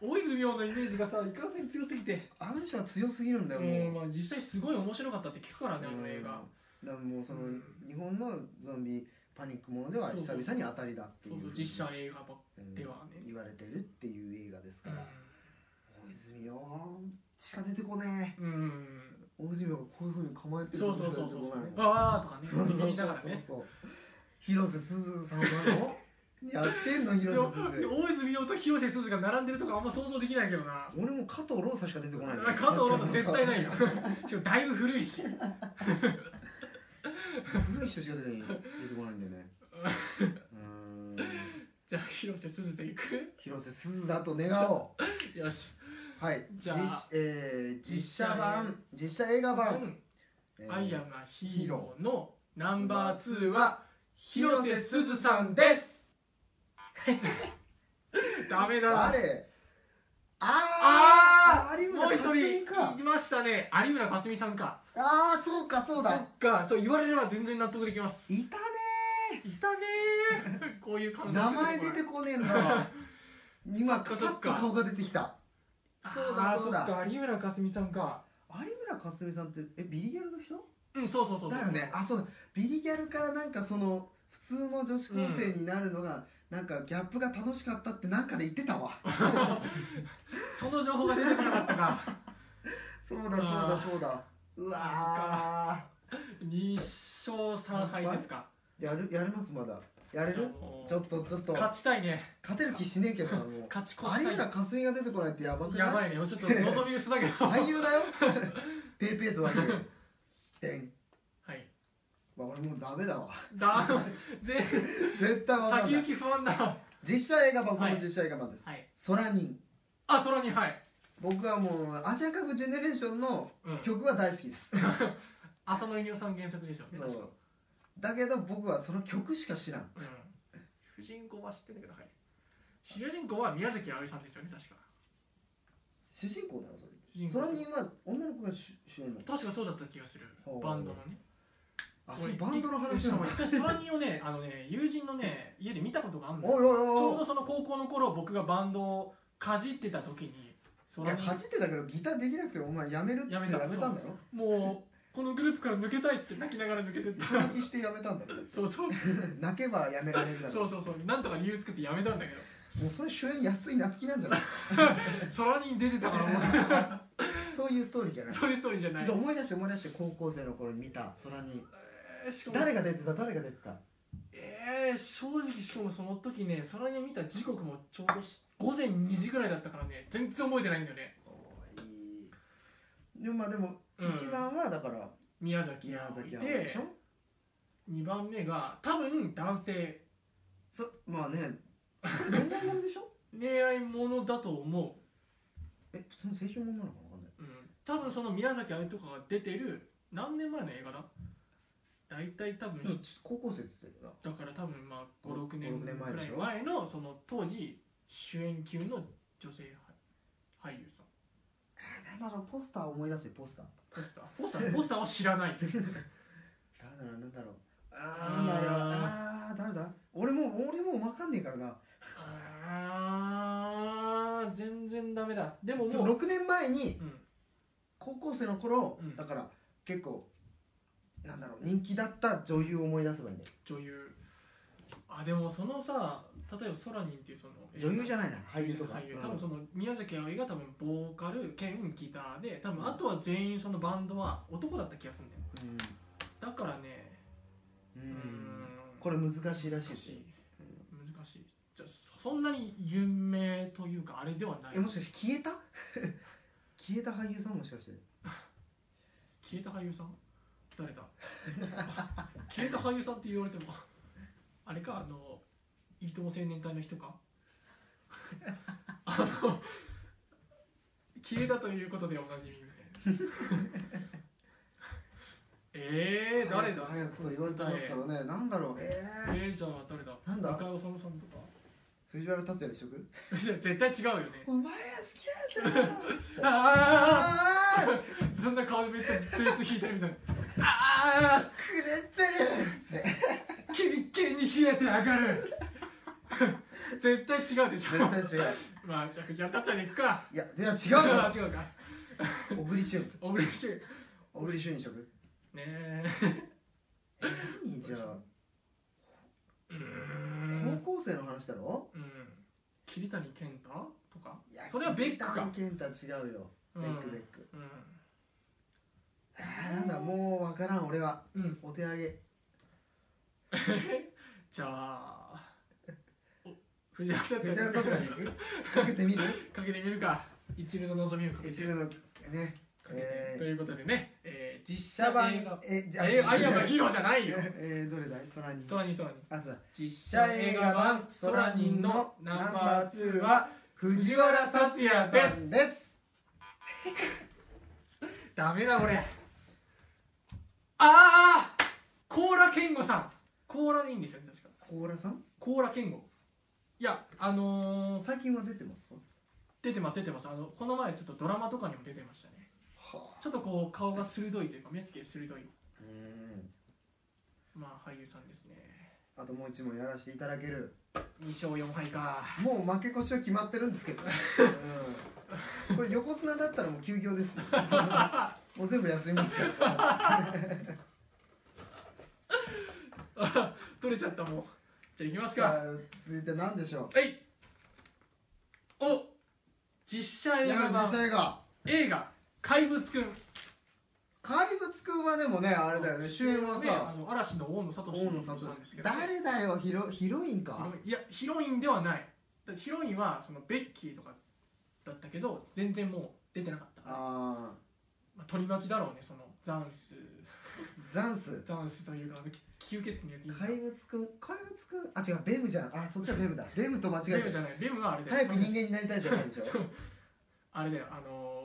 Speaker 2: 大泉洋のイメージがさいかんせん強すぎて
Speaker 1: あの人は強すぎるんだよもう、
Speaker 2: うんまあ実際すごい面白かったって聞くからねあの映画
Speaker 1: うんだからもうその、
Speaker 2: うん
Speaker 1: 日本のゾンビパニックものでは
Speaker 2: そう
Speaker 1: 久
Speaker 2: そう
Speaker 1: 々に当たりだってい
Speaker 2: そううそう実写映画ばっか
Speaker 1: うん
Speaker 2: ではね
Speaker 1: 言われてるっていう映画ですから、
Speaker 2: う
Speaker 1: 大泉洋しか出てこね
Speaker 2: ん、うん
Speaker 1: え大泉洋がこういうふうに構えてる
Speaker 2: そうそう
Speaker 1: しか出
Speaker 2: そう
Speaker 1: て
Speaker 2: そう
Speaker 1: こ
Speaker 2: そう
Speaker 1: ないもん。
Speaker 2: わーとかね、言いながらね。
Speaker 1: そうそう広瀬すずさんなのやってんの
Speaker 2: で
Speaker 1: 広
Speaker 2: も
Speaker 1: 瀬すず
Speaker 2: 大泉洋と広瀬すずが並んでるとかあんま想像できないけどな。
Speaker 1: 俺も加藤ローサしか出てこない
Speaker 2: 加藤ローさん絶対ないよ。しかもだいぶ古いし。
Speaker 1: 古い人しか出て出てこないんだよねうーん
Speaker 2: じゃあ広瀬すずでいく
Speaker 1: 広瀬すずだと願おう
Speaker 2: よし。
Speaker 1: はい
Speaker 2: じゃあ
Speaker 1: 実,、えー実写版実写映画版、えー
Speaker 2: アイアムなヒーローのナンバー2は
Speaker 1: は
Speaker 2: 広瀬すずさんです。ダメだ
Speaker 1: あ
Speaker 2: な。
Speaker 1: れあー
Speaker 2: あ
Speaker 1: あ
Speaker 2: ー
Speaker 1: 有村
Speaker 2: もう一
Speaker 1: 架純か
Speaker 2: 人いましたね。有村架純さんか。
Speaker 1: ああそうかそう
Speaker 2: そ
Speaker 1: だ
Speaker 2: っか、そう言われれば全然納得できます。
Speaker 1: いたね
Speaker 2: いたねーこういう感
Speaker 1: ー
Speaker 2: じ
Speaker 1: 名前出てこねえんだわ今パ
Speaker 2: そっかそ
Speaker 1: ッ
Speaker 2: っか
Speaker 1: と顔が出てきたそうだ
Speaker 2: あー
Speaker 1: そうだ
Speaker 2: っか有村架純さんか
Speaker 1: 有村架純さんってえビリギャルの人
Speaker 2: うんそうそうそうそう
Speaker 1: だよねあそうだビリギャルからなんかその普通の女子高生になるのが、なんかギャップが楽しかったってなんかで言ってた わ
Speaker 2: その情報が出てこなかったか
Speaker 1: そうだそうだそうだうわ
Speaker 2: 2勝3敗ですか
Speaker 1: ーやるやれますまだやれ
Speaker 2: じゃあ
Speaker 1: る
Speaker 2: もう
Speaker 1: ちょっとちょっと
Speaker 2: 勝ちたいね
Speaker 1: 勝てる気しねえけどなもう
Speaker 2: 勝ち越
Speaker 1: 有
Speaker 2: した
Speaker 1: 村
Speaker 2: い
Speaker 1: 架純が出てこないってやばくない
Speaker 2: やばいねもうちょっと望み薄だけどは
Speaker 1: 俳優だよペーペーとはいえでん、
Speaker 2: い
Speaker 1: まあ、俺もうダメだわ
Speaker 2: だ全
Speaker 1: 絶対わかん
Speaker 2: 先
Speaker 1: な
Speaker 2: 行
Speaker 1: い
Speaker 2: き不安だ
Speaker 1: 実写映画版こ
Speaker 2: はい
Speaker 1: の実写映画版です、
Speaker 2: はい
Speaker 1: 空人
Speaker 2: あ空にはい、
Speaker 1: 僕はもうアジアカブジェネレーションの
Speaker 2: うん、
Speaker 1: 曲は大好きです、
Speaker 2: 浅野稲夫さん原作でしょうね確
Speaker 1: そ
Speaker 2: か
Speaker 1: うだけど僕はその曲しか知らん
Speaker 2: うん主人公は知ってるけどはい主人公は宮崎あおいさんですよね確か
Speaker 1: 主人公だよそれ
Speaker 2: 主人公
Speaker 1: 空人は女の子が主主演なの
Speaker 2: 確かそうだった気がする
Speaker 1: ほう
Speaker 2: バンドのね
Speaker 1: あそれバンドの話なの
Speaker 2: 俺一回ソラニをねあのね友人のね家で見たことがあるの
Speaker 1: お
Speaker 2: よ
Speaker 1: いおい
Speaker 2: ちょう
Speaker 1: おい
Speaker 2: どその高校の頃僕がバンドをかじってた時にソ
Speaker 1: い
Speaker 2: ラ
Speaker 1: や
Speaker 2: ニ
Speaker 1: かじってたけどギターできなくてお前やめるっつって
Speaker 2: やめた
Speaker 1: やめたんだろ
Speaker 2: もうこのグループから抜けたいっつって泣きながら抜けてっ
Speaker 1: 攻
Speaker 2: た
Speaker 1: 撃してやめたんだろ
Speaker 2: そうそうそう
Speaker 1: 泣けばやめられるだろ
Speaker 2: そうそうそうなんとか理由つけてやめたんだけど
Speaker 1: もうそれ主演安い夏希なんじゃない
Speaker 2: ソラニに出てたからも う
Speaker 1: そういうストーリーじゃない
Speaker 2: そういうストーリーじゃない
Speaker 1: ちょっと思い出して思い出して高校生の頃に見た空に
Speaker 2: えーしかも
Speaker 1: 誰が出てた誰が出てた
Speaker 2: えー、正直しかもその時ねソラニを見た時刻もちょうどし午前2時ぐらいだったからね全然覚えてないんだよね、
Speaker 1: おいでもまあでも
Speaker 2: うん
Speaker 1: 一番はだから
Speaker 2: 宮崎
Speaker 1: 宮
Speaker 2: あおい
Speaker 1: 崎あおいで
Speaker 2: で
Speaker 1: しょ
Speaker 2: 2番目が多分男性
Speaker 1: そまあねこれ恋愛ものでしょ
Speaker 2: 恋愛ものだと思、
Speaker 1: えその青春ものなのかわかんないう
Speaker 2: うん、多分その宮崎あおいとかが出てる何年前の映画だ大体多分、
Speaker 1: 高校生っつってたよ
Speaker 2: だから多分まあ
Speaker 1: 5
Speaker 2: 56
Speaker 1: 6
Speaker 2: 年
Speaker 1: 年前
Speaker 2: くら
Speaker 1: で
Speaker 2: い
Speaker 1: しょ
Speaker 2: 前のその当時主演級の女性俳優さ
Speaker 1: な
Speaker 2: ん
Speaker 1: なんだろうポスター思い出せポスター
Speaker 2: ポスターポスターポスターは知らない
Speaker 1: 誰だろうなんだろうあーなんだあれはあー誰だ俺も俺もわかんねえからな
Speaker 2: あー全然ダメだでも
Speaker 1: そ
Speaker 2: も
Speaker 1: の
Speaker 2: う、
Speaker 1: 6年前に
Speaker 2: うん、
Speaker 1: 高校生の頃、
Speaker 2: うん
Speaker 1: だから結構なんだろう人気だった女優を思い出せばいいんだよ
Speaker 2: 女優あでもそのさ例えば「ソラニン」っていうその
Speaker 1: 女優じ
Speaker 2: ゃ
Speaker 1: ゃないな俳優とか
Speaker 2: 俳優
Speaker 1: うん
Speaker 2: 多分その宮崎あおいが多分ボーカル兼ギターで多分あとは全員そのバンドは男だった気がするんだよだからね
Speaker 1: うんう
Speaker 2: うん
Speaker 1: これ難しいらしい
Speaker 2: 難
Speaker 1: で
Speaker 2: し
Speaker 1: すよ
Speaker 2: い難しいじゃあそそんなに有名というかあれではない
Speaker 1: えもしかして消えた 消えた俳優さんもしかして
Speaker 2: 消えた俳優さん誰だ 消えた俳優さんって言われてもあれかあのいいとも青年隊の人か あの消えたということでおなじみみたいな えー、誰だ
Speaker 1: 早くと言われてますからねなんだろうえ
Speaker 2: え
Speaker 1: ー
Speaker 2: ー、じゃあ誰だ
Speaker 1: なんだ
Speaker 2: 中尾さんとか
Speaker 1: 藤原竜也でしょく
Speaker 2: じゃあ絶対違うよね
Speaker 1: お前好きなんだよ
Speaker 2: あ
Speaker 1: あー
Speaker 2: あそんな顔でめっちゃベース弾いてるみたいなああ
Speaker 1: くれてるっつって
Speaker 2: キンキンに冷えて上がる 絶対違うでしょ
Speaker 1: 絶対違う
Speaker 2: まあ、じゃあ、藤原達也で行くか。
Speaker 1: いやいや違うよ
Speaker 2: 違うか。
Speaker 1: 小栗旬
Speaker 2: 小栗旬。ね
Speaker 1: 小栗旬にしとく
Speaker 2: え。
Speaker 1: え何じゃあ
Speaker 2: うーん。
Speaker 1: 高校生の話だろ
Speaker 2: うん。桐谷健太とか。
Speaker 1: いや
Speaker 2: それはベックか
Speaker 1: 桐谷健太違うよ
Speaker 2: う
Speaker 1: ベ
Speaker 2: ん
Speaker 1: ックベック
Speaker 2: うん。
Speaker 1: あーなんだもうわからん俺は
Speaker 2: うん。
Speaker 1: お手上げ
Speaker 2: じゃあ。お藤原達
Speaker 1: 藤原竜
Speaker 2: 也。
Speaker 1: 也にかけてみる
Speaker 2: かけてみるか。一流の望みをかけ
Speaker 1: 一
Speaker 2: て。
Speaker 1: 流のね
Speaker 2: かけて
Speaker 1: えー
Speaker 2: ということでね。えー、実
Speaker 1: シャ
Speaker 2: 写
Speaker 1: バ
Speaker 2: 映
Speaker 1: ン
Speaker 2: 画。
Speaker 1: えじゃあ
Speaker 2: えー、アイアムヒーローじゃないよ。
Speaker 1: えーどれだい空に
Speaker 2: 空に空に。
Speaker 1: あそうだ
Speaker 2: 実写映画版空にのナンバー2は。藤原竜也で
Speaker 1: ですすです
Speaker 2: ダメだこれああコーラ健吾さんコーラでいいんですよね確か
Speaker 1: コーラさん
Speaker 2: コーラ健吾いやあのー、
Speaker 1: 最近は出てますか
Speaker 2: 出てます出てますあのこの前ちょっとドラマとかにも出てましたね
Speaker 1: は
Speaker 2: ちょっとこう顔が鋭いというか目つきが鋭い
Speaker 1: うん
Speaker 2: まあ俳優さんですね
Speaker 1: あともう一問やらせていただける
Speaker 2: 2勝4敗か
Speaker 1: もう負け越しは決まってるんですけ どね、うん、これ横綱だったらもう休業です よもう全部休みますから
Speaker 2: 取れちゃったもうじゃあいきますか
Speaker 1: さあ続いて何でしょ
Speaker 2: はいお実写
Speaker 1: う
Speaker 2: 映
Speaker 1: だか
Speaker 2: 画
Speaker 1: ら
Speaker 2: 版
Speaker 1: 実写映画
Speaker 2: 映画「怪物くん」
Speaker 1: 怪物くんはでもねあれだよね主演は
Speaker 2: ねあ
Speaker 1: さ
Speaker 2: の嵐の大野聡
Speaker 1: 大野
Speaker 2: さん
Speaker 1: 智
Speaker 2: ですけど
Speaker 1: 誰だよヒロヒロインか
Speaker 2: いやヒロインではないだヒロインはそのベッキーとかだったけど全然もう出てなかったま
Speaker 1: あ
Speaker 2: あ、取り巻きだろうねそのザンス
Speaker 1: ーザンス
Speaker 2: ザンスというかあのき吸血鬼のやついいんだ
Speaker 1: 怪物くん怪物くんあ違うベムじゃんあそっちはベムだベムと間違
Speaker 2: ベ
Speaker 1: え
Speaker 2: ムじ
Speaker 1: て
Speaker 2: ゃないベムはあれだ
Speaker 1: 早
Speaker 2: よ
Speaker 1: く人間になりたいじゃない でしょ
Speaker 2: あれだよあのー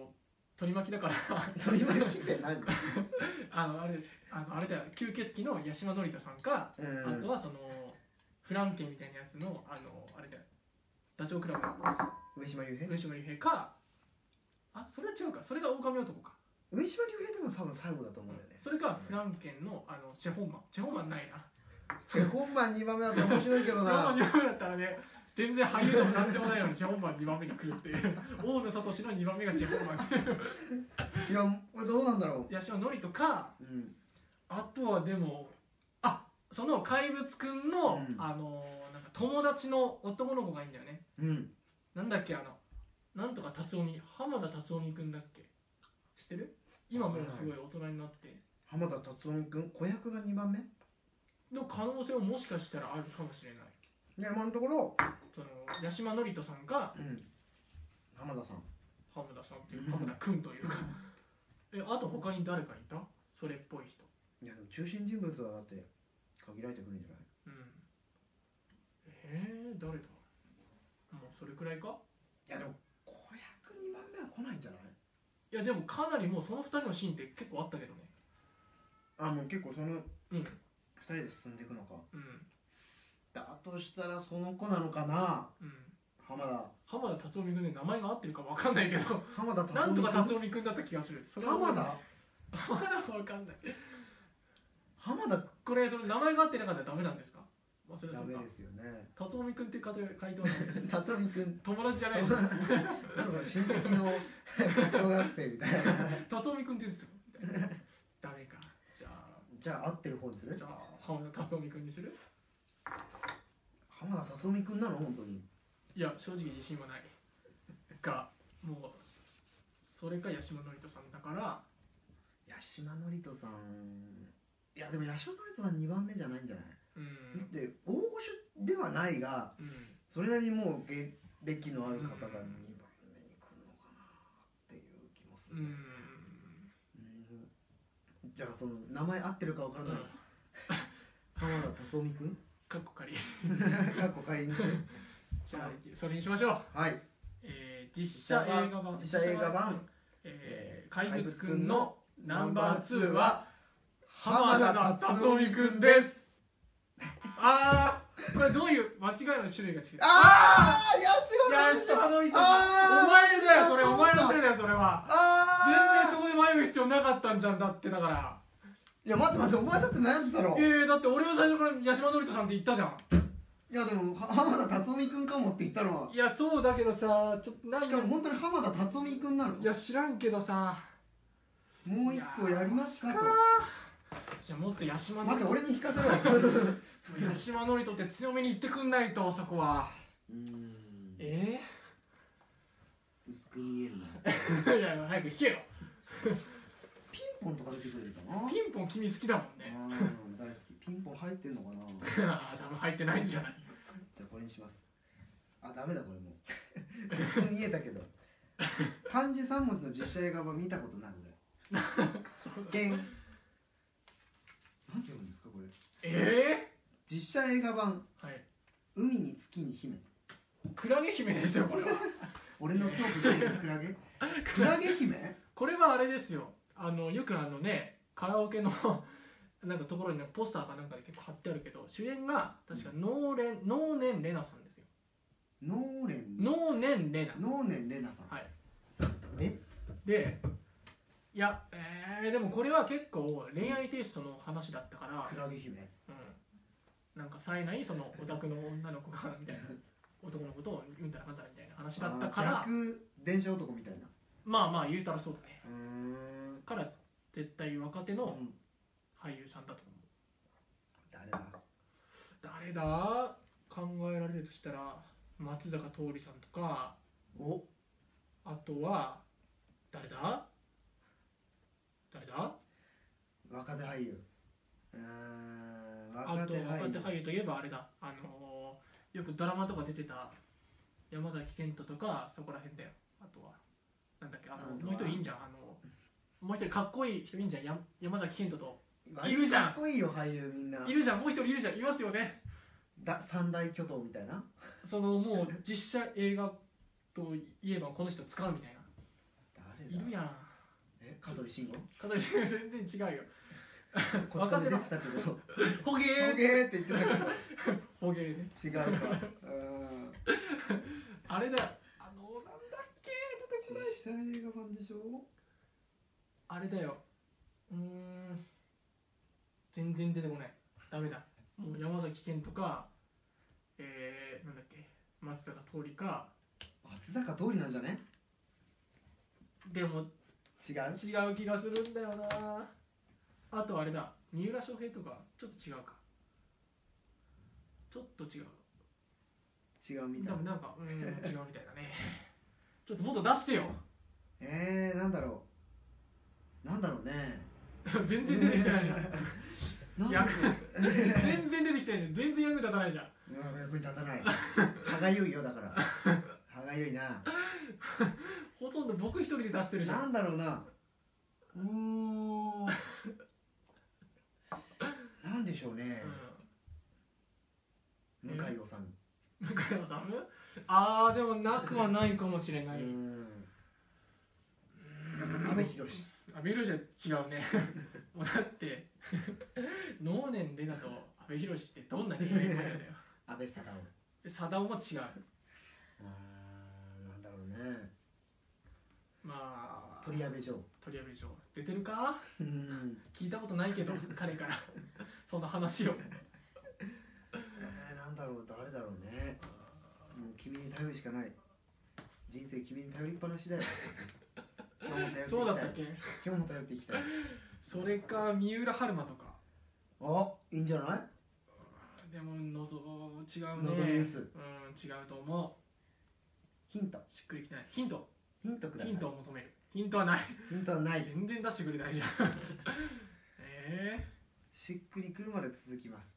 Speaker 2: 取り巻きだから
Speaker 1: 取り巻きって何
Speaker 2: あのあれあのあれだよ吸血鬼の八島典太さんか、
Speaker 1: う
Speaker 2: あと
Speaker 1: ん
Speaker 2: はそのフランケンみたいなやつのあのあれだよダチョウ倶楽部
Speaker 1: 上島竜兵
Speaker 2: 上島竜兵かあそれは違うかそれが狼男か
Speaker 1: 上島竜兵でも多分最後だと思うんだよね
Speaker 2: それかフランケンのあのチェ・ホンマンチェ・ホンマンないな
Speaker 1: チェ・ホンマン2番目だと面白いけど
Speaker 2: チ ェ・ホンマン
Speaker 1: な
Speaker 2: 2番目だったらね全然俳優でも何でもないのにチェ・ホンマン2番目に来るっていう 大野聡の2番目がチェ・ホンマンっていう
Speaker 1: いやこれどうなんだろ
Speaker 2: 八嶋智人か
Speaker 1: ううん
Speaker 2: あとはでもあその怪物くんの、
Speaker 1: うん
Speaker 2: あのーなんか友達の男の子がいいんだよね
Speaker 1: うん
Speaker 2: なんだっけあのなんとか達臣浜田達臣くんだっけ知ってる今もうすごい大人になって
Speaker 1: 浜田達郎君子役が2番目
Speaker 2: の可能性ももしかしたらあるかもしれない
Speaker 1: で今のところ、
Speaker 2: その八嶋智人さんが
Speaker 1: うん、浜田さん
Speaker 2: 浜田さんっていう浜田君というかえあと他に誰かいたそれっぽい人
Speaker 1: いやでも中心人物はだって限られてくるんじゃない
Speaker 2: うんえー、誰だもうそれくらいか
Speaker 1: いやでも子役2番目は来ないんじゃない
Speaker 2: いやでもかなりもうその2人のシーンって結構あったけどね
Speaker 1: あもう結構その
Speaker 2: うん
Speaker 1: 2人で進んでいくのか
Speaker 2: うん
Speaker 1: だとしたらその子なのかな
Speaker 2: うん
Speaker 1: 浜田
Speaker 2: 浜田達臣君ね名前が合ってるか分かんないけど
Speaker 1: 浜田
Speaker 2: なん
Speaker 1: 達
Speaker 2: と
Speaker 1: 郎
Speaker 2: か
Speaker 1: 君
Speaker 2: 達臣君だった気がするそれは
Speaker 1: 浜田
Speaker 2: 浜田は分かんない
Speaker 1: 浜田
Speaker 2: これその名前が合ってなかったらダメなんですかまあそれは
Speaker 1: ダ
Speaker 2: そう
Speaker 1: メ
Speaker 2: か
Speaker 1: ですよね
Speaker 2: 達臣君っていう方回答なんです
Speaker 1: 辰巳君
Speaker 2: 友達じゃないし達
Speaker 1: なんか親戚の 小学生みたいな
Speaker 2: 臣君って言うんですよみたいなダメかじゃあ
Speaker 1: じゃあ合ってる方にする
Speaker 2: じゃあ浜田辰臣君にする
Speaker 1: 浜田辰臣君なの本当に
Speaker 2: いや正直自信はないがもうそれか八嶋智人さんだから
Speaker 1: 八嶋智人さんいやでも八嶋智人さん2番目じゃないんじゃない、
Speaker 2: うん
Speaker 1: だって大御所ではないが
Speaker 2: うん
Speaker 1: それなりにもう芸歴のある方が2番目に来るのかなっていう気もす
Speaker 2: う
Speaker 1: るね、
Speaker 2: ん
Speaker 1: うんじゃあその名前合ってるかわからない、
Speaker 2: うん
Speaker 1: 浜田辰臣 君
Speaker 2: かっこ仮
Speaker 1: かっこ仮にね
Speaker 2: じゃあそれにしましょう
Speaker 1: はい
Speaker 2: えー実写映画版
Speaker 1: 実写映画版
Speaker 2: えー怪物くんのナンバー2は
Speaker 1: 浜
Speaker 2: 浜
Speaker 1: 田
Speaker 2: 田
Speaker 1: 辰
Speaker 2: 辰
Speaker 1: 臣
Speaker 2: 臣
Speaker 1: く
Speaker 2: く
Speaker 1: ん
Speaker 2: ん
Speaker 1: で
Speaker 2: ですあーこれどういう間違いの種類が違う
Speaker 1: ああ
Speaker 2: いや
Speaker 1: 八
Speaker 2: ー
Speaker 1: 嶋智
Speaker 2: 下
Speaker 1: 人
Speaker 2: の人お
Speaker 1: あー
Speaker 2: 前だよそれ
Speaker 1: そうだ
Speaker 2: お前のせいだよそれは全
Speaker 1: あ
Speaker 2: 然そこで迷う必要なかったんじゃんだってだから
Speaker 1: いや待って待ってお前だって悩んでたろ
Speaker 2: えー、だって俺は最初から八嶋智人さんって言ったじゃん
Speaker 1: いやでもは浜田辰臣君かもって言ったのはい
Speaker 2: やそうだけどさちょっとなん
Speaker 1: しかも本当に浜田辰臣君なの
Speaker 2: いや知らんけどさ
Speaker 1: もう一個やりますかと
Speaker 2: いやもっと八嶋
Speaker 1: 待っ
Speaker 2: 智
Speaker 1: て俺
Speaker 2: 人
Speaker 1: に引かせろ う
Speaker 2: 八嶋智人って強めに言ってくんないとそこは
Speaker 1: ーん
Speaker 2: え
Speaker 1: 薄く見えるな
Speaker 2: ー、いや早く弾けよ
Speaker 1: ピンポンとか出てくれるかな
Speaker 2: ピンポン君好きだもんね
Speaker 1: うん大好きピンポン入ってんのかな
Speaker 2: あー多分入ってないんじゃない
Speaker 1: じゃあこれにしますあダメだこれもう薄く見えたけど漢字三文字の実写映画版見たことない
Speaker 2: そうだ
Speaker 1: 俺けん何て読むんですかこれ
Speaker 2: え
Speaker 1: 実写映画版
Speaker 2: ー、はい
Speaker 1: 「海に月に姫
Speaker 2: クラゲ姫ですよこれ は」
Speaker 1: 俺の恐怖してるクラゲクラゲ姫
Speaker 2: これはあれですよあのよくあのねカラオケの なんかところになんかポスターかなんかで結構貼ってあるけど主演が確か能年能年レナさんですよ
Speaker 1: ノーレン
Speaker 2: 能年レナ
Speaker 1: ノーネンレナさん
Speaker 2: はい
Speaker 1: え
Speaker 2: でいやえー、でもこれは結構恋愛テイストの話だったから
Speaker 1: ク、ラゲ姫
Speaker 2: うん、なんか冴えないそのオタクの女の子がみ たいな男の子とうんたらかんたらみたいな話だったから
Speaker 1: あー逆電車男みたいな
Speaker 2: まあまあ言うたらそうだね
Speaker 1: うーん
Speaker 2: から絶対若手
Speaker 1: う
Speaker 2: の
Speaker 1: ん
Speaker 2: 俳優さんだと思う
Speaker 1: 誰だ
Speaker 2: 誰だ考えられるとしたら松坂桃李さんとか
Speaker 1: お
Speaker 2: あとは誰だ誰だ
Speaker 1: 若手俳優うーん
Speaker 2: あ
Speaker 1: 若手
Speaker 2: と
Speaker 1: 俳
Speaker 2: 若手
Speaker 1: 優
Speaker 2: 俳優といえばあれだあのーよくドラマとか出てた山崎賢人とかそこら辺だよあとはなんだっけあの
Speaker 1: あとは
Speaker 2: もう一人いいんじゃんあのもう一人かっこいい人いいんじゃんや山崎賢人と
Speaker 1: 割と
Speaker 2: いるじゃん
Speaker 1: かっこいいよ俳優みんない
Speaker 2: るじゃんもう一人いるじゃんいます よね
Speaker 1: だ三大巨頭みたいな
Speaker 2: そのもう実写映画といえばこの人使うみたいな
Speaker 1: 誰
Speaker 2: い
Speaker 1: だ
Speaker 2: るやん
Speaker 1: え香取 慎吾
Speaker 2: 形が全然違うよ
Speaker 1: こっちで出てたけど「
Speaker 2: ほげ
Speaker 1: オ
Speaker 2: ー
Speaker 1: ゲー」って言ってたけど
Speaker 2: ほげーね
Speaker 1: 違うか うーん
Speaker 2: あれだよあのーなんだっけ
Speaker 1: 実写映画版でしょ
Speaker 2: あれだようーん全然出てこないダメだもう山崎賢とかえー、なんだっけ松坂桃李か
Speaker 1: 松坂通りなんじゃね
Speaker 2: でも
Speaker 1: 違う
Speaker 2: 違う気がするんだよなあとあれだ三浦翔平とかちょっと違うかちょっと違う
Speaker 1: 違うみた
Speaker 2: 多
Speaker 1: い
Speaker 2: 分
Speaker 1: な
Speaker 2: なんかうーん違うみたいだねちょっともっと出してよ
Speaker 1: えー、なんだろうなんだろうね
Speaker 2: 全然出てきてないじゃん
Speaker 1: なんでしょう
Speaker 2: 全然出てきてないじゃん全然役に立たないじゃん
Speaker 1: うん役に立た ない歯がゆいよだから歯がゆいな
Speaker 2: ほとんど僕一人で出してるじゃん
Speaker 1: なんだろうなうーんなんでしょうね
Speaker 2: う
Speaker 1: 向
Speaker 2: ん
Speaker 1: 井治
Speaker 2: 向山さんああでもなくはないかもしれな
Speaker 1: う
Speaker 2: い
Speaker 1: ん阿部寛
Speaker 2: 阿部寛は違うね もうだって能年玲奈と阿部寛ってどんな人間だよ
Speaker 1: 阿部サダヲ
Speaker 2: で貞夫も違う
Speaker 1: あーなんだろうね
Speaker 2: まあ
Speaker 1: 鳥阿部城
Speaker 2: 鳥部城出てるか
Speaker 1: うん
Speaker 2: 聞いたことないけど彼からその話を
Speaker 1: えー、なんだろう誰だろうねもう君に頼るしかない人生君に頼りっぱなし だよ今日も頼っていきたい
Speaker 2: そうだったっけ
Speaker 1: 今日も頼っていきたい
Speaker 2: それか三浦春馬とか
Speaker 1: あいいんじゃない
Speaker 2: でものぞ違うね
Speaker 1: 望み薄
Speaker 2: うん違うと思
Speaker 1: ヒント
Speaker 2: うしっくりきてないヒント
Speaker 1: ヒントください
Speaker 2: ヒントを求めるヒントはない
Speaker 1: ヒントはない
Speaker 2: 全然出してくれないじゃんえ
Speaker 1: しっくりくるまで続きます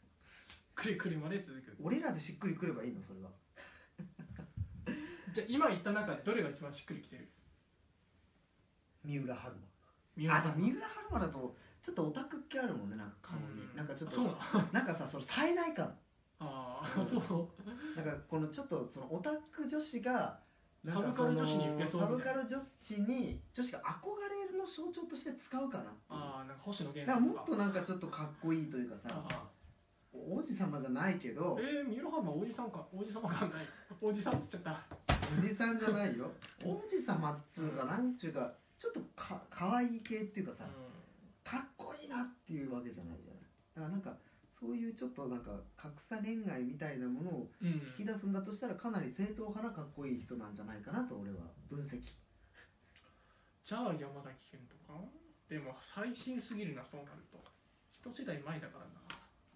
Speaker 2: ー、くるくるまで続く
Speaker 1: 俺らでしっくりくればいいのそれは
Speaker 2: じゃあ今言った中でどれが一番しっくりきてる
Speaker 1: 三浦春
Speaker 2: 三
Speaker 1: 馬あでも
Speaker 2: 春
Speaker 1: 三浦春馬だとちょっとオタク系あるもんねなんか顔
Speaker 2: う
Speaker 1: になんかちょっ
Speaker 2: そうな
Speaker 1: と
Speaker 2: の
Speaker 1: なんかさその冴えない感
Speaker 2: あ
Speaker 1: う
Speaker 2: あ
Speaker 1: ん
Speaker 2: そ
Speaker 1: なんかこのちょっとそのオタク女子がなんか
Speaker 2: サブカル女子に
Speaker 1: その
Speaker 2: 受けそうみ
Speaker 1: サ
Speaker 2: たいな
Speaker 1: ブカル女子に女子が憧れの象徴として使うかな
Speaker 2: うああなんか星野
Speaker 1: だ
Speaker 2: 源
Speaker 1: か
Speaker 2: さ
Speaker 1: らも
Speaker 2: ん
Speaker 1: っとなんかちょっとかっこいいというかさ
Speaker 2: あ
Speaker 1: 王子様じゃないけ
Speaker 2: あ
Speaker 1: ど
Speaker 2: えー、三浦半馬王子さんか王子様感ない王子さんって言っちゃった
Speaker 1: おじさんじゃないよ王子様っつうかなんちゅうかちょっとか可愛い系っていうかさ
Speaker 2: う
Speaker 1: かっこいいなっていうわけじゃないじゃないだからなんかそういうちょっとなんか格差恋愛みたいなものを
Speaker 2: ん、うん、
Speaker 1: 引き出すんだとしたらかなり正統派なかっこいい人なんじゃないかなと俺は分析
Speaker 2: じゃあ山崎賢人かでも最新すぎるなそうなると一世代前だからな